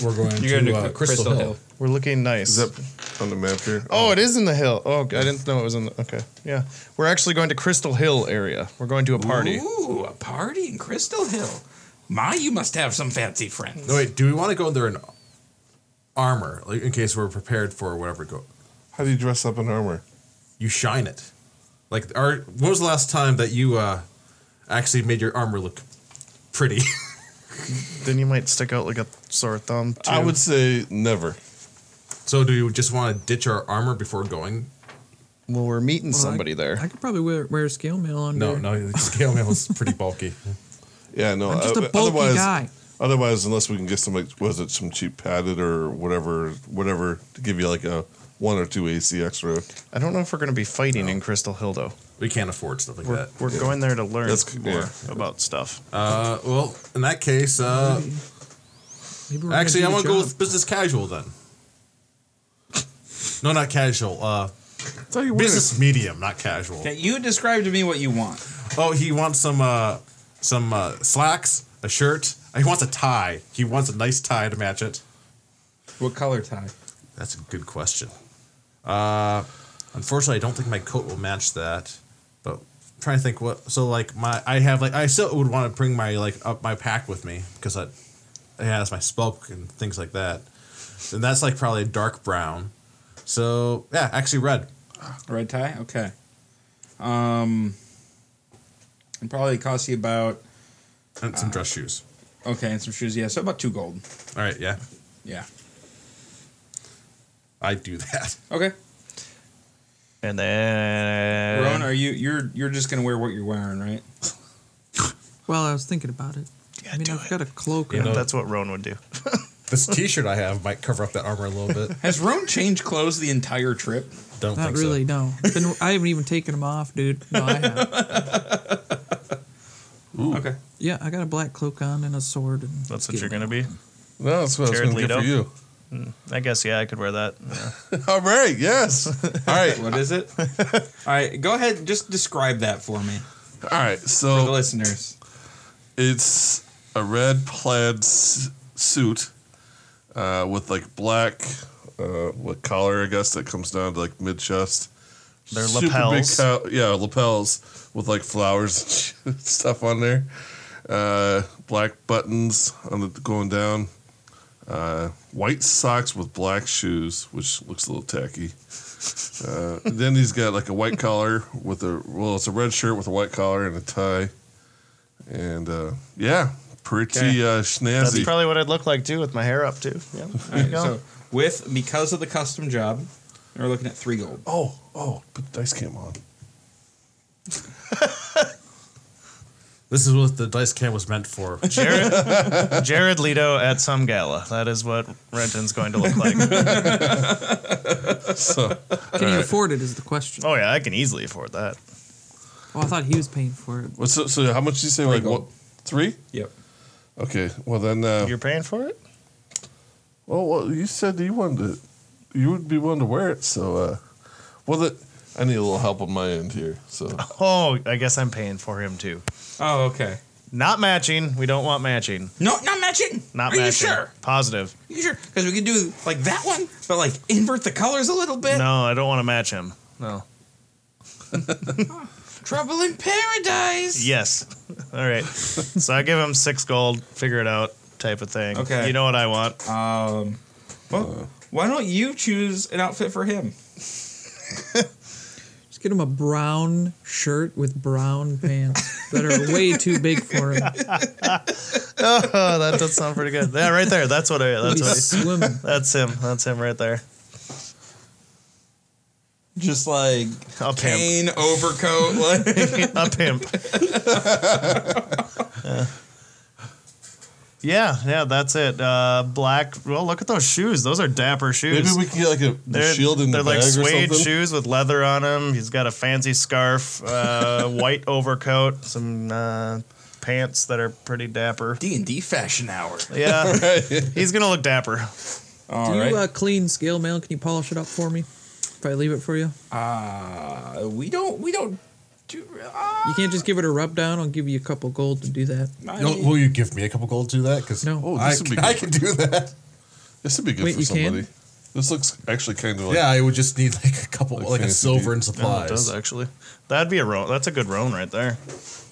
B: We're going
A: You're going
B: to
A: to
B: uh,
A: Crystal
B: Crystal,
A: Hill.
B: Hill.
E: We're looking nice.
F: Is that on the map here?
E: Oh, it is in the hill. Oh, I didn't know it was in. The, okay, yeah, we're actually going to Crystal Hill area. We're going to a party.
A: Ooh, a party in Crystal Hill. Ma, you must have some fancy friends.
B: No, wait. Do we want to go in there in armor, like in case we're prepared for whatever? Go.
F: How do you dress up in armor?
B: You shine it. Like, our, when was the last time that you uh, actually made your armor look pretty?
E: Then you might stick out like a sore thumb. Too.
F: I would say never.
B: so, do you just want to ditch our armor before going?
E: Well, we're meeting
C: I-
E: somebody there.
C: I could probably wear, wear scale mail under.
B: No, no. the Scale mail is pretty bulky.
F: Yeah, no.
C: I'm just a
F: uh,
C: bulky guy.
F: Otherwise, unless we can get some, like, was it some cheap padded or whatever, whatever to give you like a one or two AC extra.
E: I don't know if we're going to be fighting in Crystal Hill though.
B: We can't afford stuff like
E: We're,
B: that.
E: we're going there to learn
F: That's-
E: more
F: yeah.
E: about stuff.
B: Uh, well, in that case, uh,
C: Maybe we're
B: actually, I
C: gonna
B: want to
C: do the
B: go
C: job.
B: with business casual then. No, not casual. Uh,
F: Tell you
B: business medium, not casual.
A: Okay, you describe to me what you want.
B: Oh, he wants some uh, some uh, slacks, a shirt. He wants a tie. He wants a nice tie to match it.
A: What color tie?
B: That's a good question. Uh, unfortunately, I don't think my coat will match that. But I'm trying to think what. So like my, I have like I still would want to bring my like up my pack with me because that it has my spell book and things like that. And that's like probably a dark brown. So yeah, actually red.
A: Red tie? Okay. Um, it probably costs you about,
B: And some dress shoes.
A: okay, and some shoes. Yeah, so about two gold.
B: All right, yeah,
A: Yeah.
B: I do that.
A: Okay.
E: And then
A: Rowan, are you, you're, you're just going to wear what you're wearing, right?
C: Well, I was thinking about it.
E: Yeah,
C: I mean,
E: do
C: I've
E: it.
C: got a cloak.
B: You know-
E: that's what Roan would do.
B: This T-shirt I have might cover up that armor a little bit.
A: Has Rowan changed clothes the entire trip?
B: Don't
C: Not
B: think so.
C: really. No, I've been, I haven't even taken them off, dude. No, I have.
A: Okay.
C: Yeah, I got a black cloak on and a sword. And
E: That's what you're going to be.
F: No, that's what I
E: Jared
F: was going to get for
E: Leto.
F: you.
E: I guess yeah, I could wear that.
F: All right, yes. All right,
A: What is it? All right, go ahead and just describe that for me,
F: all right.
A: for the
E: Oh.
F: So
A: listeners.
F: it's a red plaid s- suit uh, with like black, uh, what collar I guess that comes down to like mid chest.
E: Their
F: Super big
E: lapels.
F: cow- yeah, lapels with like flowers and stuff on there. Uh, black buttons on the going down. Uh, white socks with black shoes, which looks a little tacky. Uh, then he's got like a white collar with a well, it's a red shirt with a white collar and a tie, and uh, yeah, pretty uh,
E: That's
F: snazzy.
E: probably what I'd look like too with my hair up too. Yeah. There you go.
A: So, with, because of the custom job, we're looking at three gold.
F: oh, oh, put the dice cam on.
B: This is what the dice cam was meant for.
E: Jared, Jared Leto at some gala. That is what Renton's going to look like.
F: So
C: Can you afford it? Is the question.
E: Oh yeah, I can easily afford that.
C: Oh, I thought he was paying for it.
F: what's so, so how much did you say? Like what? Three?
A: Yep.
F: Okay. Well then,
A: Oh.
F: uh,
E: You're paying for it?
F: Well, Oh, well, you said you wanted to, you would be willing to wear it. So, uh, well, the, I need a little help on my end here. So,
E: Oh, I guess I'm paying for him too.
A: Oh, okay.
E: Not matching. We don't want matching.
A: No, not matching.
E: Not
A: Are
E: matching.
A: you sure?
E: Positive.
A: You sure? Because we could do like that one, but like invert the colors a little bit.
E: No, I don't want to match him. No.
A: Trouble in paradise.
E: Yes. All right. So I give him six gold. Figure it out. Type of thing.
A: Okay.
E: You know what I want?
A: Well, why don't you choose an outfit for him?
C: Just get him a brown shirt with brown pants that are way too big for him.
E: oh, that does sound pretty good. Yeah, right there. That's what I. That's
C: He's
E: what. I-
C: swimming.
E: that's him. That's him right there.
A: Just like
E: A pimp.
A: cane overcoat. Like,
E: A pimp. Yeah. yeah, yeah, that's it. Uh, black. Well, look at those shoes. Those are dapper shoes.
F: maybe we can get like a the shield in the
E: they're
F: bag
E: like suede
F: or something.
E: shoes with leather on them. He's got a fancy scarf, uh, white overcoat, some uh, pants that are pretty dapper.
A: D and D fashion hour.
E: Yeah, he's gonna look dapper.
A: All
C: Do
A: right.
C: you uh, clean scale mail? Can you polish it up for me? If I leave it for you,
A: Uh, we don't. We don't. Do, uh,
C: you can't just give it a rub down. I'll give you a couple gold to do that.
A: I
B: You'll-
A: mean-
B: will you give me a couple gold to do that? Because
C: No.
F: Oh,
B: I,
F: this would be
B: I
F: good.
B: can do that.
F: This would be good
C: Wait,
F: for
C: you can?
F: somebody. This looks actually kind of like
B: yeah, I would just need like a couple,
F: Like
B: like, a
F: fancy
B: silver
F: beat.
B: and
E: Yeah,
B: supplies.
E: it does actually. That'd be a roan. That's a good roan right there.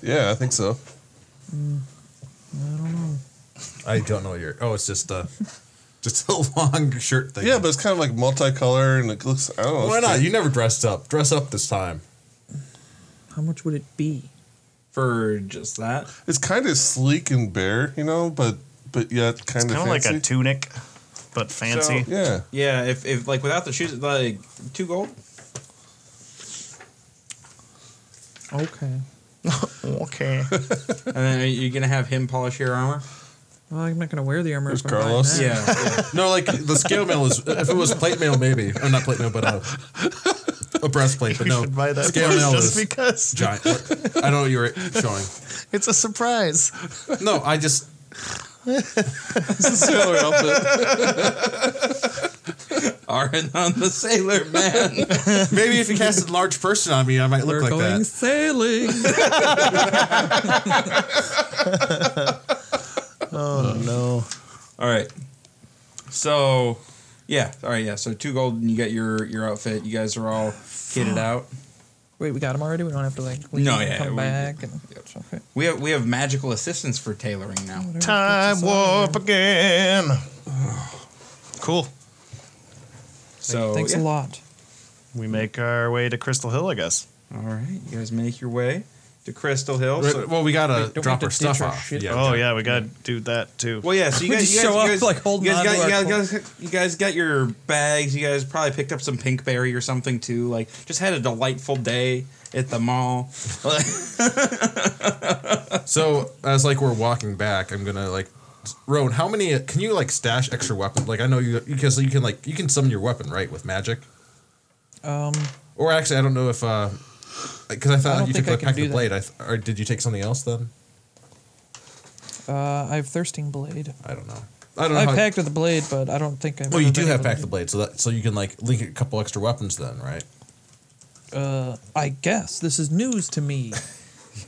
F: yeah, I think so.
B: I don't know what your. Oh, it's just a, just a long shirt thing.
F: Yeah, but it's kind of like multicolor and it looks. I don't know.
B: why
F: it's
B: not?
F: pretty-
B: You never dressed up. Dress up this time.
C: How much would it be?
A: for just that.
F: It's kind of sleek and bare, you know, but but yet kind
E: Kind
F: of
E: of like a
F: fancy.
E: tunic, but fancy.
F: yeah.
A: Yeah, if, if like without the shoes, like two gold.
C: Okay.
E: okay.
A: And then are you gonna have him polish your armor?
C: Well, I'm not gonna wear the armor.
F: There's
C: if I'm buying
F: Carlos.
C: that.
A: Yeah. yeah.
B: No, like the scale mail is. If it was plate mail, maybe. Or not plate mail, but a, a breastplate. But
E: we
B: no,
E: should buy that
B: scale
E: one
B: mail
E: just
B: is
E: because
B: giant. I don't know what you were showing.
E: it's a surprise.
B: No, I just.
F: Sailor outfit.
A: Arin on the sailor man.
B: Maybe if you cast a large person on me, I might
C: We're
B: look like
C: going
B: that.
C: sailing.
E: Oh no.
A: All right. So, yeah. All right. Yeah. So two gold, and you get your your outfit. You guys are all kitted out.
C: Wait, we got him already. We don't have to like leave
A: No,
C: and
A: yeah,
C: come
A: we-
C: back. And, okay.
A: We have we have magical assistance for tailoring now.
E: Time warp again. Cool.
A: So
C: Thanks
A: Oh, yeah.
C: a lot.
E: We make our way to Crystal Hill, I guess.
A: All right. You guys make your way to Crystal Hill.
B: Right,
A: So,
B: well, we gotta
C: Wait, don't
B: drop
C: we have to
B: our
C: ditch
B: stuff
C: our
B: off.
C: shit?
B: Yeah.
E: oh yeah, we gotta do that too.
A: well, yeah. So you
C: We
A: guys
C: just
A: you guys,
C: show up,
A: you guys,
C: like, holding
A: you guys
C: on to
A: got,
C: our
A: you guys, got- you guys got your bags. You guys probably picked up some pinkberry or something too. Like just had a delightful day at the mall.
B: So as like we're walking back, I'm gonna like, Roan, how many can you like stash extra weapons? Like I know you because you can like you can summon your weapon right with magic.
C: Um,
B: Or actually, I don't know if uh, because I
C: I
B: thought
C: don't
B: you
C: think
B: took
C: I
B: the
C: can
B: pack
C: do
B: of
C: that.
B: blade. I th- or did you take something else then?
C: uh, I have thirsting blade.
B: I don't know. I don't know.
C: I
B: how-
C: packed with a blade, but I don't think I've.
B: well, you
C: ever
B: do
C: been
B: have
C: able to
B: pack the blade, so that so you can like link a couple extra weapons then, right?
C: Uh, I guess this is news to me.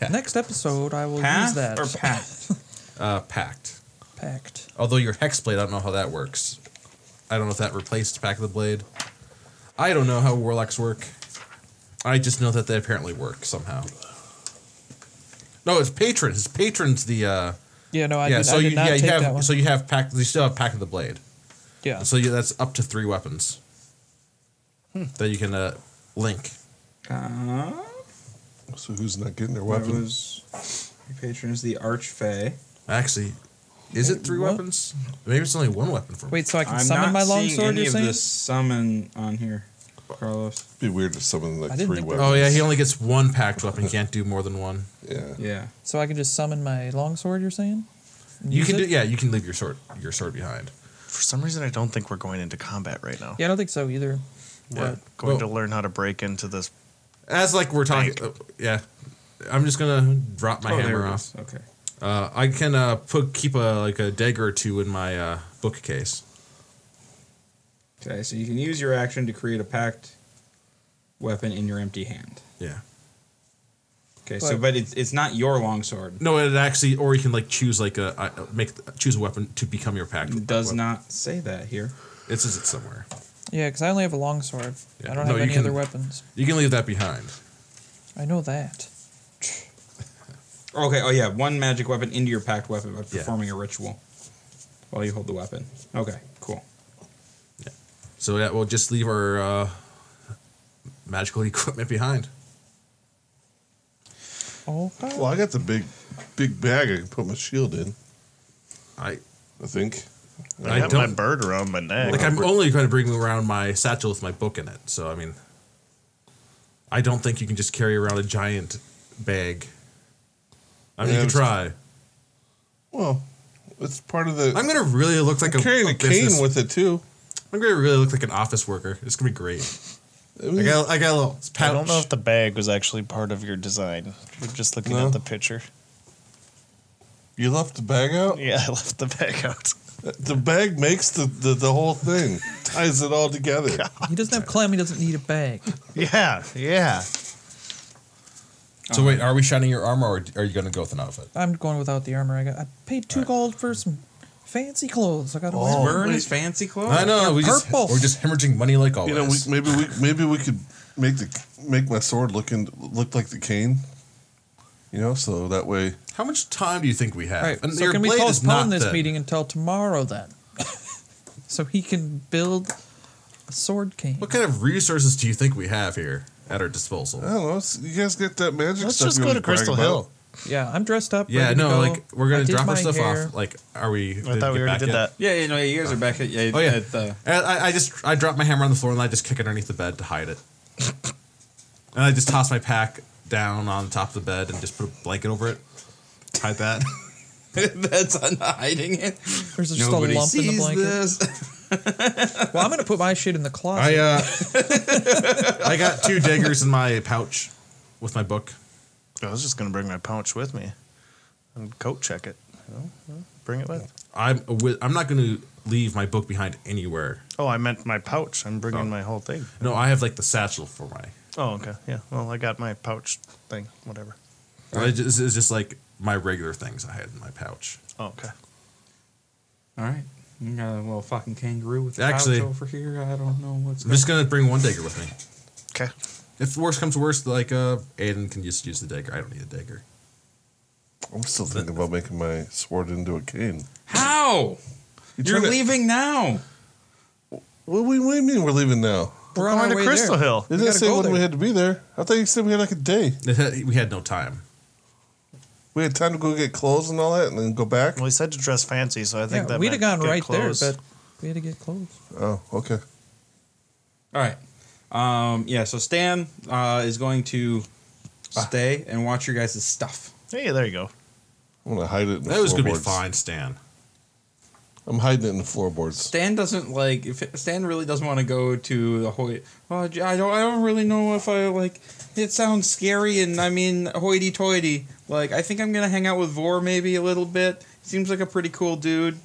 B: Yeah.
C: Next episode, I will use
A: Path
C: that.
A: or path?
B: Uh, packed.
C: packed.
B: Although your hex blade, I don't know how that works. I don't know if that replaced pack of the blade. I don't know how warlocks work. I just know that they apparently work somehow. No, it's patron. His patron's the uh,
C: Yeah, no, I
B: yeah.
C: did,
B: so
C: I
B: you
C: did not
B: yeah you
C: take that
B: have
C: one.
B: so you have pack. You still have pack of the blade.
C: yeah.
B: So yeah, that's up to three weapons
C: Hmm.
B: that you can uh, link.
A: Uh,
F: So who's not getting their
A: that
F: weapon?
A: was your patron is the archfey.
B: Actually, is it three
C: What?
B: weapons? Maybe it's only one weapon for.
C: Wait, so I can
A: I'm not
C: summon my
A: seeing
C: longsword?
A: any
C: You're
A: of
C: saying?
A: the summon on here, Carlos.
F: It'd be weird if
C: I
F: someone like
C: didn't
F: three
C: think that-
B: Oh
F: weapons.
B: yeah, he only gets one packed weapon. He can't do more than one.
F: yeah.
C: Oh,
A: Yeah.
C: So I can just summon my longsword? You're saying? And
B: You
C: use
B: can do
C: it?
B: yeah. You can leave your sword your sword behind.
E: For some reason, I don't think we're going into combat right now.
C: Yeah, I don't think so either.
E: We're
B: Yeah.
E: going
B: Well-
E: to learn how to break into this.
B: As like we're talking, uh, yeah. I'm just gonna drop my
A: Oh, there
B: hammer
A: it
B: off.
A: is. Okay.
B: Uh, I can uh, put keep a like a dagger or two in my uh, bookcase.
A: Okay, so you can use your action to create a packed weapon in your empty hand.
B: Yeah.
A: Okay, so but it's it's not your longsword.
B: No, it actually, or you can like choose like a I- make choose a weapon to become your packed.
A: It does
B: weapon.
A: not say that here.
B: It says it somewhere.
C: Yeah, because I only have a longsword.
B: Yeah.
C: I don't
B: No,
C: have
B: you
C: any
B: can-
C: other weapons.
B: You can leave that behind.
C: I know that.
A: Okay, oh yeah, one magic weapon into your packed weapon by
B: Yeah.
A: performing a ritual while you hold the weapon. Okay, cool.
B: So yeah, we'll just leave our uh, magical equipment behind.
C: Okay.
F: Well, I got the big, big bag. I can put my shield in.
B: I
F: I think.
E: I,
B: I
E: got my
B: don't-
E: bird around my neck.
B: like. I'm only going to bring around my satchel with my book in it. So I mean, I don't think you can just carry around a giant bag. I mean,
F: Yeah,
B: you can try.
F: it's- Well, it's part of the.
B: I'm going to really look like a,
F: carrying a
B: business-
F: cane with it too.
B: I'm going to really look like an office worker. It's going to be great.
F: I
B: I
F: mean,
B: got, I got a little pouch.
E: I don't know if the bag was actually part of your design. We're just looking
F: No.
E: at the picture.
F: you left the bag out.
E: Yeah, I left the bag out.
F: The bag makes the, the, the whole thing, ties it all together.
C: He doesn't have clam. He doesn't need a bag.
E: Yeah, yeah.
B: so wait, are we shining your armor, or are you going to go with an outfit?
C: I'm going without the armor. I got. I paid two gold for some fancy clothes. I got to
B: Oh,
A: He's
C: wear.
A: wearing his fancy clothes.
B: I know. We just,
C: Purple.
B: we're just hemorrhaging money like always.
F: You know, we, maybe we maybe we could make the make my sword look in, look like the cane. You know, so that way
B: How much time do you think we have?
C: All right.
B: And
C: so
B: your
C: can we
B: blade is
C: postpone
B: not
C: this
B: thin.
C: meeting until tomorrow then? so he can build a sword cane.
B: What kind of resources do you think we have here at our disposal?
F: I don't know. it's- You guys get that magic
E: Let's
F: stuff.
E: just
F: you
E: go
F: always
E: to
F: brag
E: Crystal
F: about.
E: Hill.
C: Yeah, I'm dressed up.
B: Yeah,
C: ready to
B: no,
C: go.
B: like we're gonna
C: I did
B: drop our
C: my
B: stuff
C: hair.
B: off. Like, are we?
E: I thought we already did that.
A: Yeah, yeah, no, you guys are back at, yeah,
B: Oh yeah.
A: at uh, the.
B: And I, I just I drop my hammer on the floor and I just kick it underneath the bed to hide it. and I just toss my pack down on top of the bed and just put a blanket over it. Hide that.
A: that's un- hiding it.
C: There's just
A: Nobody
C: a lump in
A: sees
C: the blanket.
A: this.
C: Well, I'm gonna put my shit in the closet.
B: I uh, I got two daggers in my pouch with my book.
E: I was just gonna bring my pouch with me and coat check it. You know? Well, Bring it with.
B: I'm a wi- I'm not going to leave my book behind anywhere.
E: Oh, I meant my pouch. I'm bringing my whole thing.
B: No, I have like the satchel for my.
E: Oh, okay. Yeah. Well, I got my pouch thing. Whatever.
B: I just, it's just like my regular things I had in my pouch.
E: Oh, okay.
A: All right. You got a little fucking kangaroo with the
B: Actually-
A: Actually, over here. I don't know what's
B: I'm
A: going
B: just gonna bring one dagger with me.
E: Okay.
B: If worse comes to worst, like uh, Aiden can just use the dagger. I don't need a dagger.
F: I'm still thinking about making my sword into a cane.
A: How? You're
F: turn it-
A: leaving now.
F: What, what, what do you mean we're leaving now?
C: we're on
E: Going
C: our
E: to
C: way
E: Crystal
C: there.
E: Hill.
F: It didn't
C: gotta
F: say
C: go
F: when we
C: there.
F: had to be there. I thought you said we had like a day.
B: It had- we had no time.
F: We had time to go get clothes and all that, and then go back.
E: Well, he said to dress fancy, so I think
C: Yeah,
E: that
C: we'd have
E: meant
C: gone
E: get
C: right
E: clothes.
C: there, but we had to get clothes.
F: Oh, okay.
A: All right. Um, yeah, so Stan uh, is going to stay and watch your guys' stuff.
E: Hey, there you go.
F: I'm gonna hide it. In the
B: That was gonna be
F: floorboards.
B: fine, Stan.
F: I'm hiding it in the floorboards.
A: Stan doesn't like. If Stan really doesn't want to go to the hoity. Oh, j- I don't. I don't really know if I like. It sounds scary, and I mean hoity-toity. Like, I think I'm gonna hang out with Vor maybe a little bit. Seems like a pretty cool dude.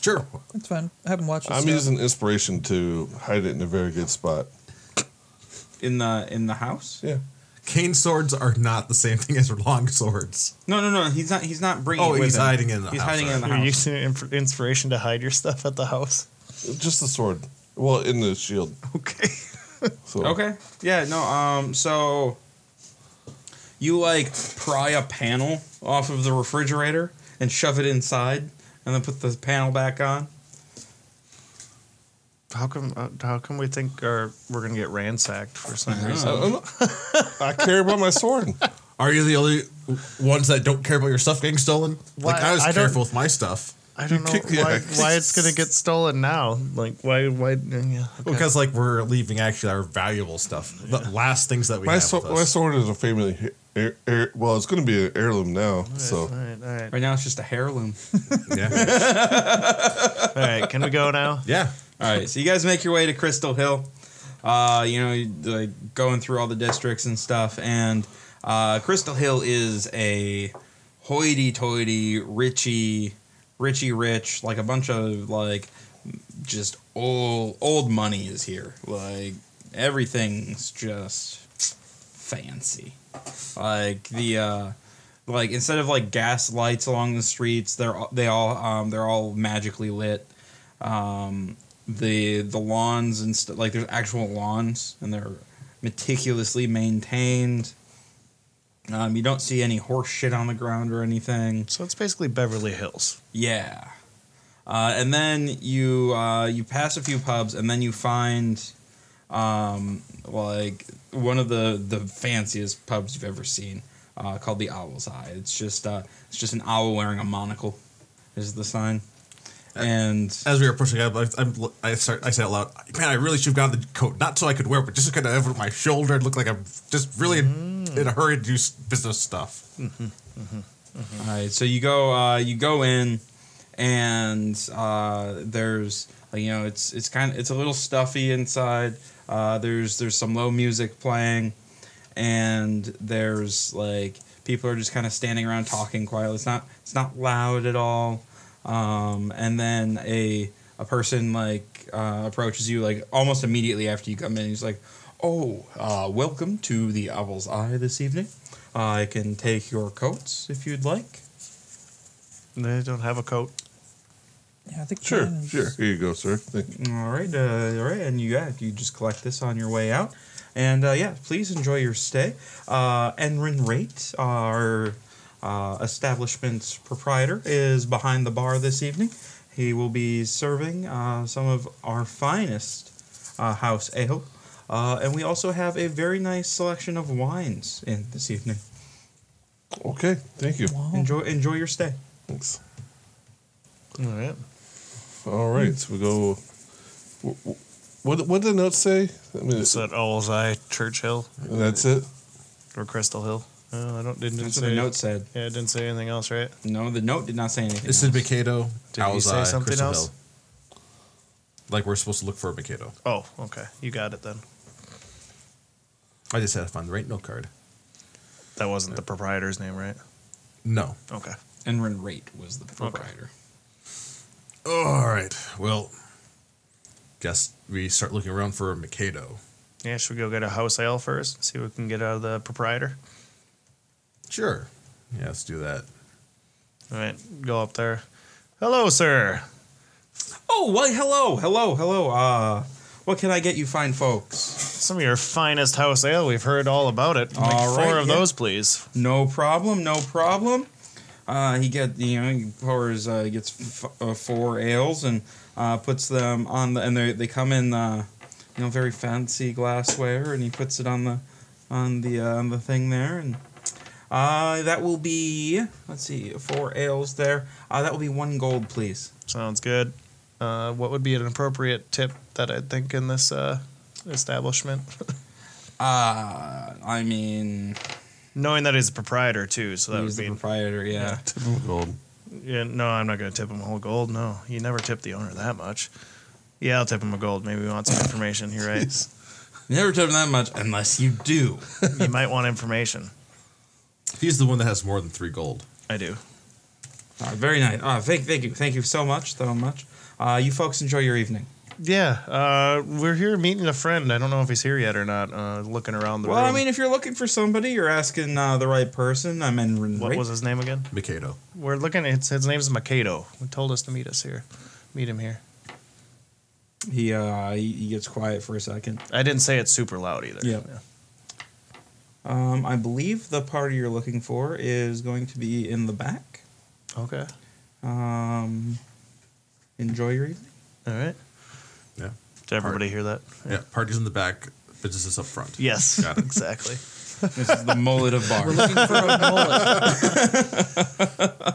B: Sure.
C: That's fine. I haven't watched.
F: I'm
C: this
F: using inspiration to hide it in a very good spot.
A: in the in the house.
F: Yeah.
B: Cane swords are not the same thing as long swords.
A: No, no, no. He's not. He's not bringing.
B: Oh,
A: it with
B: he's
A: him.
B: hiding it in the
A: he's
B: house,
A: hiding it in the
E: You're
A: house.
E: using inf- inspiration to hide your stuff at the house.
F: Just the sword. Well, in the shield.
E: Okay.
F: So
A: Okay. Yeah. No. Um. So you like pry a panel off of the refrigerator and shove it inside, and then put the panel back on.
E: How come? Uh, how come we think our, we're gonna get ransacked for some
F: I,
E: reason?
F: don't know. I care about my sword.
B: Are you the only ones that don't care about your stuff getting stolen? Like
E: Why-
B: I was
E: I don't-
B: careful with my stuff
E: I don't know
F: kick-
E: why,
F: yeah.
E: why it's gonna get stolen now. Like why? Why? Yeah. okay.
B: because like we're leaving actually our valuable stuff, the last things that we
F: My,
B: have.
F: sw-
B: with
F: my
B: us.
F: sword is a family. Heir- heir- well, it's going to be an heirloom now.
E: All
F: So
E: right, all right,
A: Right now, it's just a heirloom.
B: Yeah.
E: all right. Can we go now?
B: yeah.
A: all right. So you guys make your way to Crystal Hill. Uh, you know, you, like going through all the districts and stuff, and uh, Crystal Hill is a hoity-toity, richy, richy rich, like a bunch of like just old old money is here. Like everything's just fancy. Like the uh like instead of like gas lights along the streets, they're all- they all um they're all magically lit. Um the the lawns and stuff like there's actual lawns and they're meticulously maintained. Um, you don't see any horse shit on the ground or anything.
E: So it's basically Beverly Hills.
A: Yeah. Uh, and then you uh, you pass a few pubs, and then you find um, like one of the the fanciest pubs you've ever seen, uh, called the Owl's Eye. It's just uh, it's just an owl wearing a monocle, is the sign, and
B: As we were pushing up, I, I'm, I start. I say out loud, "Man, I really should have gotten the coat, not so I could wear, it, but just kind of over my shoulder and look like I'm just really in,
H: Mm.
B: in a hurry to do s- business stuff."
A: Mm-hmm. All right, so you go, uh, you go in, and uh, there's like, you know it's it's kind of it's a little stuffy inside. Uh, there's there's some low music playing, and there's like people are just kind of standing around talking quietly. It's not it's not loud at all. Um, and then a a person like uh, approaches you like almost immediately after you come in. He's like, "Oh, uh, welcome to the Owl's Eye this evening. I can take your coats if you'd like."
E: They don't have a coat.
C: Yeah, I think
F: Sure,
C: mine is-
F: sure. Here you go, sir. Thank you.
A: All right, uh, all right, and you yeah, you just collect this on your way out, and uh, yeah, please enjoy your stay. Uh, Enrin Rate, our uh, establishment's proprietor, is behind the bar this evening. He will be serving uh, some of our finest uh, house ale, uh, and we also have a very nice selection of wines in this evening.
F: Okay, thank you.
A: Enjoy, enjoy your stay.
F: Thanks.
E: All right.
F: All right, so we go. wh- wh- What what did the notes say? I mean,
E: Is
B: uh,
E: that Olzai Church Hill
F: that's it.
E: or Crystal Hill? Uh, I don't didn't, didn't
A: That's
E: say
A: what the note said.
E: Yeah, it didn't say anything else, right?
A: No, the note did not say anything.
H: This is Mikado.
E: Did he say
H: Alzai,
E: something
H: Crystal
E: else?
H: Hill. Like we're supposed to look for a Mikado.
E: Oh, okay. You got it then.
H: I just had to find the right note card.
E: That wasn't the proprietor's name, right?
H: No.
E: Okay.
A: Enrin Rate was the proprietor.
H: All right. Well, guess we start looking around for a Mikado.
E: Yeah, should we go get a house ale first? See what we can get out of the proprietor.
H: Sure. Yeah, let's do that.
E: All right, go up there. Hello, sir.
A: Oh, well, hello, hello, hello. Uh, what can I get you fine folks?
E: Some of your finest house ale. We've heard all about it. Like
A: All
E: four
A: right,
E: of
A: yeah.
E: those, please.
A: No problem, no problem. Uh, he get you know he pours uh, he gets f- uh, four ales and uh, puts them on the and they they come in uh, you know very fancy glassware and he puts it on the on the uh, on the thing there and uh, that will be let's see four ales there uh, that will be one gold please
E: Sounds good. Uh, what would be an appropriate tip that I think in this uh, establishment?
A: uh, I mean
E: Knowing that he's a proprietor too, so that
A: he's
E: would
A: the
E: be.
A: proprietor yeah.
F: Gold.
E: yeah, no, I'm not going to tip him a whole gold. No, you never tip the owner that much. Yeah, I'll tip him a gold. Maybe we want some information. You're right.
A: Never tip him that much unless you do.
E: you might want information.
H: He's the one that has more than three gold.
E: I do.
A: Ah, very nice. Ah, thank, thank you. Thank you so much, so much. Uh, you folks enjoy your evening.
E: Yeah, uh, we're here meeting a friend. I don't know if he's here yet or not. Uh, looking around the
A: Well,
E: room.
A: I mean, if you're looking for somebody, you're asking uh, the right person. I'm in.
E: what was his name again?
H: Mikado.
E: We're looking. It's, his name's Makedo. He told us to meet us here. Meet him here.
A: He, uh, he he gets quiet for a second.
E: I didn't say it super loud either.
A: Yeah. Um, I believe the party you're looking for is going to be in the back.
E: Okay.
A: Um, enjoy your evening.
E: All right.
H: Yeah.
E: Did everybody hear that?
H: Yeah. Parties in the back, business is up front.
E: Yes.
H: Got it.
E: exactly.
A: This is the mullet of
C: We're
A: bars.
C: looking for a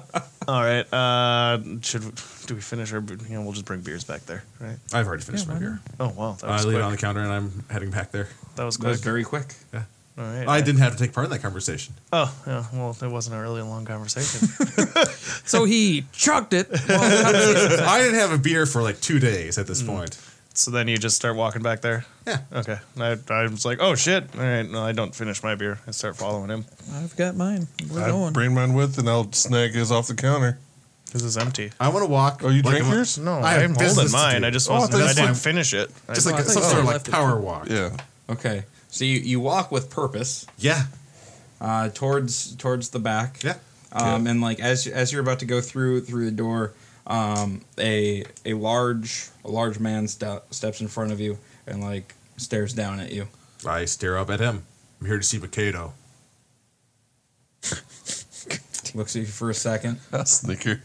C: mullet.
E: All right. Uh, should we- do we finish our? You know, we'll just bring beers back there, right?
H: I've already finished my
C: Yeah, why
H: beer.
E: Oh wow,
B: Uh,
E: that
H: I
E: was
H: leave
E: quick.
H: it on the counter and I'm heading back there.
E: that was
A: That
E: quick.
A: was very quick.
E: All right.
H: I didn't have to take part in that conversation.
E: Oh yeah. Well, it wasn't a really long conversation.
C: So he chucked it. Well,
H: I didn't have a beer for like two days at this point.
E: so then you just start walking back there.
H: Yeah.
E: Okay. I, I was like, oh shit. All right. No, I don't finish my beer. I start following him.
C: I've got mine. We're
F: I
C: going.
F: bring mine with, and I'll snag his off the counter.
E: This is empty.
H: I want to walk.
F: Oh, you
H: like
F: drink
H: a-
F: yours?
E: No,
H: I have
E: I am
H: business
E: holding
H: to
E: mine.
H: do.
E: I just
H: Oh, I
E: wasn't.
H: thought
E: I
H: that's
E: didn't
H: fine.
E: finish it. I
H: Just like
C: I thought
H: some
C: you
H: sort of like
C: left it.
H: power walk.
F: Yeah.
A: Okay, so you, you walk with purpose
H: Yeah.
A: uh, towards towards the back.
H: Yeah.
A: Um, and like as as you're about to go through through the door, um, a a large a large man ste- steps in front of you and like stares down at you.
H: I stare up at him. I'm here to see Mikado.
A: Looks at you for a second.
F: snicker.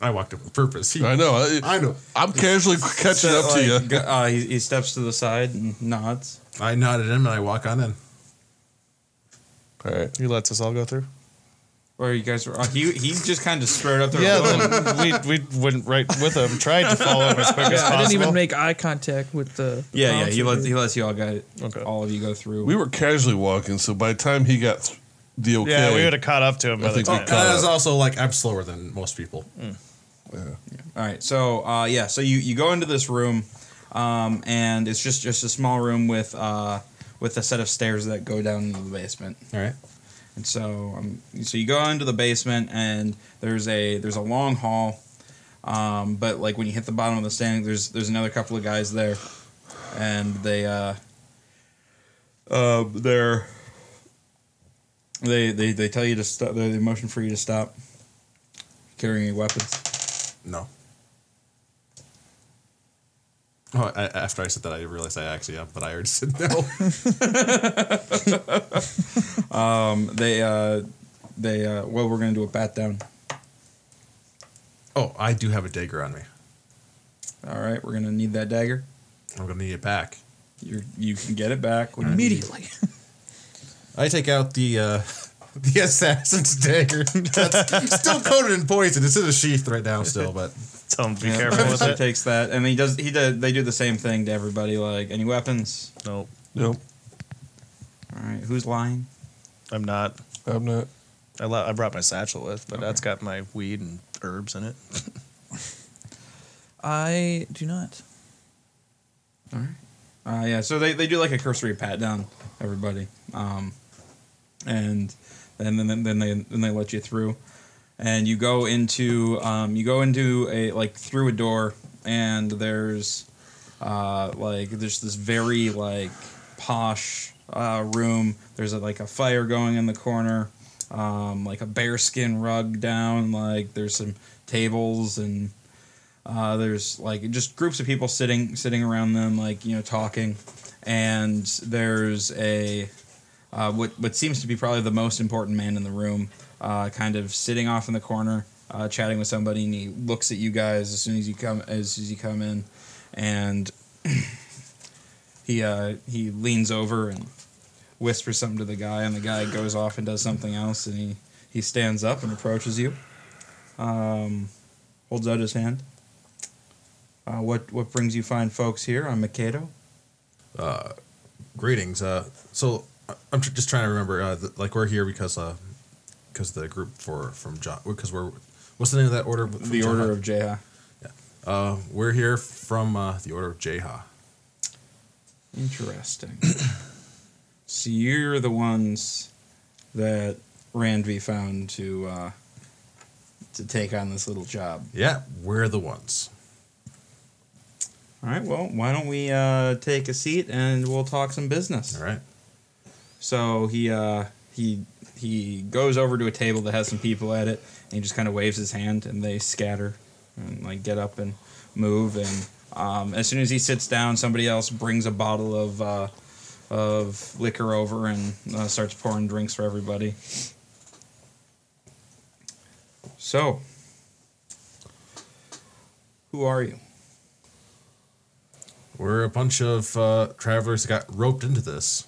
H: I walked up with purpose. He,
F: I know. I,
H: I know.
F: I'm casually catching up to you.
A: Like, go- uh, he, he steps to the side and nods.
H: I nod at him and I walk on in.
F: All right.
E: He lets us all go through.
A: Or you guys were. Uh, he he just kind of strode up there.
E: Yeah,
A: alone.
E: then we, we went right with him, tried to follow him as quick as possible.
C: I didn't even make eye contact with the. the
A: yeah, yeah.
C: bouncer
A: He lets
C: dude.
A: he lets you all go.
E: Okay.
A: All of you go through.
F: We were casually walking, so by the time he got th- the okay,
E: Yeah, we would have caught up to him by
F: I
E: the
F: think we
E: time.
F: caught-
H: That is also like I'm slower than most people.
A: All right, so uh, yeah, so you, you go into this room, um, and it's just just a small room with uh, with a set of stairs that go down into the basement.
H: All right.
A: And so um, so you go into the basement, and there's a there's a long hall, um, but like when you hit the bottom of the standing, there's there's another couple of guys there, and they uh, uh, they're they, they they tell you to stop. They they motion for you to stop. carrying any weapons?
B: No. Oh, I, after I said that, I realized I actually am, but I already said no.
A: They, uh, they, uh, well, we're gonna do a bat down.
B: oh, I do have a dagger on me.
A: All right, we're gonna need that dagger.
B: I'm gonna need it back.
A: You you can get it back when you need it.
C: Immediately.
B: I take out the uh, the assassin's dagger. That's still coated in poison. It's in a sheath right now, still. But
E: Tell him to be
A: Yeah,
E: careful with
A: Professor
E: it.
A: takes that, and he does. He did. They do the same thing to everybody. Like any weapons.
E: Nope,
F: Nope,
A: All right, who's lying?
E: I'm not.
F: I'm not.
E: I, lo- I brought my satchel with, but that's got my weed and herbs in it.
C: I do not.
A: Uh, yeah, so they, they do like a cursory pat down everybody, um, and and then then they then they let you through, and you go into um, you go into a like through a door, and there's uh, like there's this very like posh uh, room. There's a, like a fire going in the corner, um, like a bearskin rug down. Like there's some tables and uh, there's like just groups of people sitting sitting around them, like you know, talking. And there's a uh, what what seems to be probably the most important man in the room, uh, kind of sitting off in the corner, uh, chatting with somebody, and he looks at you guys as soon as you come as soon as you come in, and he uh, he leans over and whispers something to the guy, and the guy goes off and does something else, and he he stands up and approaches you, um, holds out his hand. Uh, what what brings you fine folks here? I'm Mikado.
B: uh, greetings. Uh, so I- I'm tr- just trying to remember. Uh, th- like we're here because uh, because the group for from John. Because we're what's the name of that order? from
A: The
B: Jaha?
A: Order of Jeha.
B: Uh, we're here from uh, the Order of Jeha.
A: Interesting. so you're the ones that Randvi found to uh, to take on this little job.
B: Yeah, we're the ones.
A: All right. Well, why don't we uh, take a seat and we'll talk some business.
B: All right.
A: So he uh, he he goes over to a table that has some people at it, and he just kind of waves his hand, and they scatter and like get up and move. And um, as soon as he sits down, somebody else brings a bottle of uh, of liquor over and uh, starts pouring drinks for everybody. So, who are you?
B: We're a bunch of uh, travelers that got roped into this.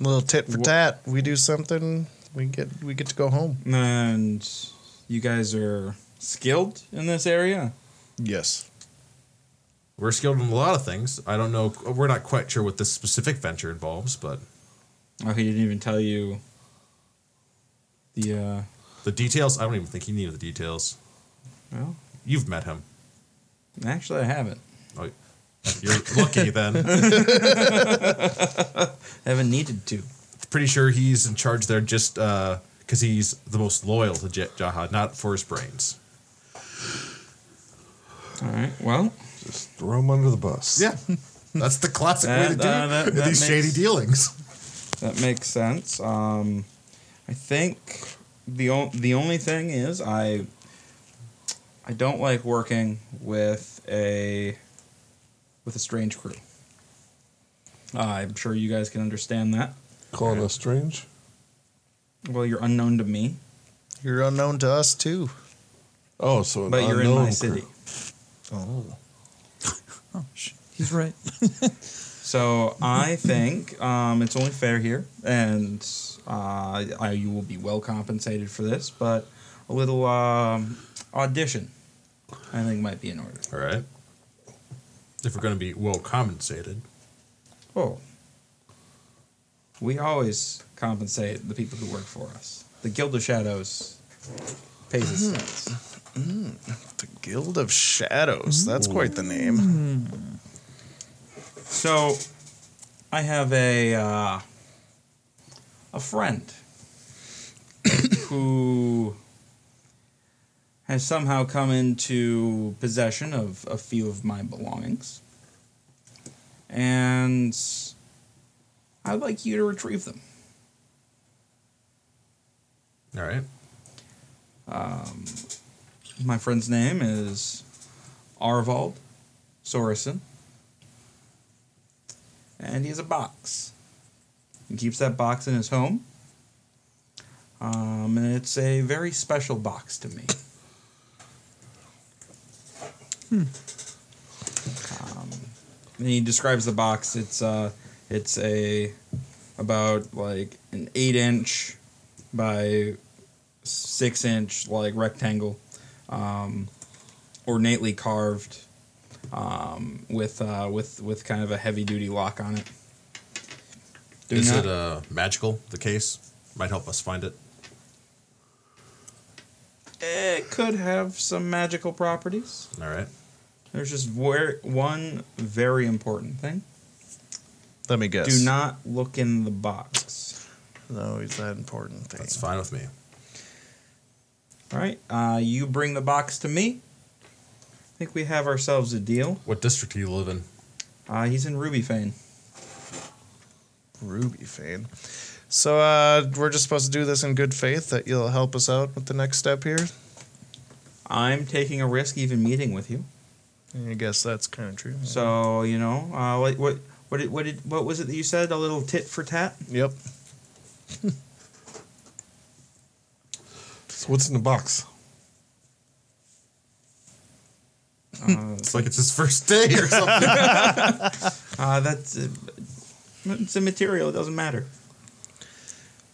E: Little tit for tat. We do something. We get we get to go home.
A: And you guys are skilled in this area.
E: Yes.
B: We're skilled in a lot of things. I don't know. We're not quite sure what this specific venture involves, but
A: Oh, he didn't even tell you the uh
B: The details? I don't even think he knew the details.
A: well,
B: You've met him.
A: actually I haven't.
B: Oh, You're lucky then.
A: I haven't needed to.
B: Pretty sure he's in charge there just because he's the most loyal to J- Jaha, not for his brains.
A: All right. Well,
F: Just throw him under the bus.
B: Yeah. That's the classic way to
A: That-
B: do
A: uh, that- that
B: these shady
A: makes-
B: dealings.
A: that makes sense. Um I think the o- the only thing is I I don't like working with a with a strange crew. Uh, I'm sure you guys can understand that.
F: Calling us strange.
A: Well, you're unknown to me,
E: You're unknown to us too.
F: Oh, so an
A: but you're in my
F: unknown
A: city.
F: crew.
E: Oh.
C: Oh, sh- he's right.
A: So I think um, it's only fair here, and uh, I, you will be well compensated for this. But a little um, audition, I think, might be in order.
B: All right. If we're going to be well compensated.
A: Oh, we always compensate the people who work for us. The Guild of Shadows pays its debts.
E: The Guild of Shadows. That's quite the name.
A: So I have a uh, a friend who has somehow come into possession of a few of my belongings, and I'd like you to retrieve them.
B: All right.
A: My friend's name is Arvald Sorensen. And he has a box. He keeps that box in his home. Um, and it's a very special box to me. Um, and he describes the box. It's uh, it's a about like an eight inch by six inch like rectangle um, ornately carved um, with uh, with with kind of a heavy duty lock on it. Do
B: Is
A: not-
B: it uh, magical? The case might help us find it.
A: it could have some magical properties.
B: All right.
A: There's just where one very important thing.
E: Let me guess.
A: Do not look in the box.
E: No, he's that important thing.
B: That's fine with me.
A: All right, uh, you bring the box to me. I think we have ourselves a deal.
B: What district do you live in?
A: Uh, he's in Ruby Fane.
E: Ruby Fane. So uh, we're just supposed to do this in good faith that you'll help us out with the next step here.
A: I'm taking a risk even meeting with you.
E: I guess that's kind of true.
A: So you know, uh, like what what did, what did what was it that you said? A little tit for tat.
E: Yep.
F: So what's in the box?
A: Uh,
B: It's like it's his first day or something.
A: uh, that's uh, it's immaterial. It doesn't matter.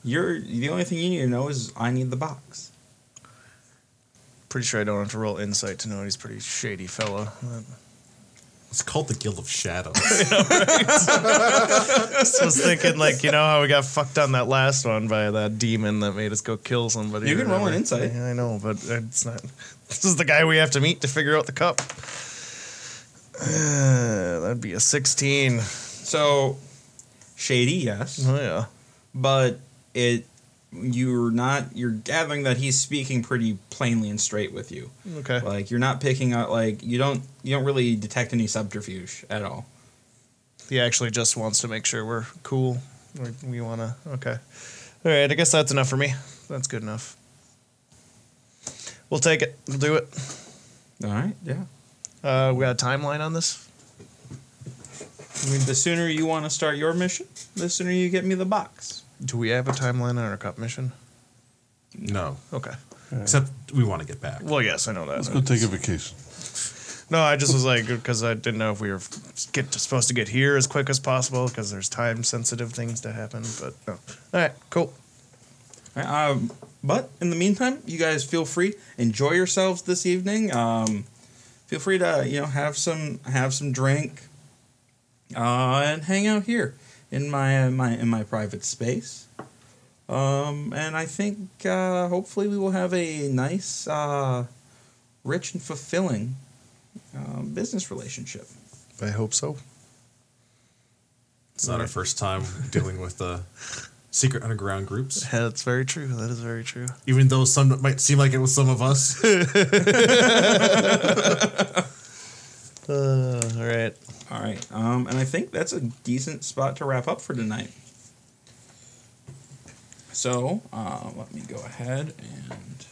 A: You're the only thing you need to know is I need the box.
E: Pretty sure I don't have to roll insight to know he's a pretty shady fella.
B: it's called the Guild of Shadows.
E: I was thinking, like, you know how we got fucked on that last one by that demon that made us go kill somebody.
A: You
E: or
A: can roll an
E: whatever.
A: insight.
E: Yeah, I know, but it's not. This is the guy we have to meet to figure out the cup. Uh, that'd be a 16.
A: So shady, yes,
E: Oh, yeah.
A: but it you're not you're gathering that he's speaking pretty plainly and straight with you.
E: Okay.
A: Like you're not picking out like you don't you don't really detect any subterfuge at all.
E: He actually just wants to make sure we're cool. We, we want to. Okay. All right. I guess that's enough for me. That's good enough. We'll take it. We'll do it.
A: All right, yeah.
E: Uh, we got a timeline on this.
A: I mean, the sooner you want to start your mission, the sooner you get me the box.
E: Do we have a timeline on our cup mission?
B: no,
E: Okay.
B: except we want to get back.
E: Well, yes, I know that.
F: Let's go take a vacation.
E: No, I just was like, because I didn't know if we were get supposed to get here as quick as possible because there's time sensitive things to happen. But no. All right. Cool.
A: All right, um, but in the meantime, you guys feel free enjoy yourselves this evening. Um, feel free to you know have some have some drink, uh, and hang out here in my my in my private space. Um, and I think uh, hopefully we will have a nice, uh, rich and fulfilling um, business relationship.
E: I hope so.
B: It's not our first time dealing with uh, secret underground groups.
E: Yeah, that's very true. That is very true.
B: Even though some might seem like it was some of us.
E: Uh, all right.
A: All right. Um, and I think that's a decent spot to wrap up for tonight. So uh, let me go ahead and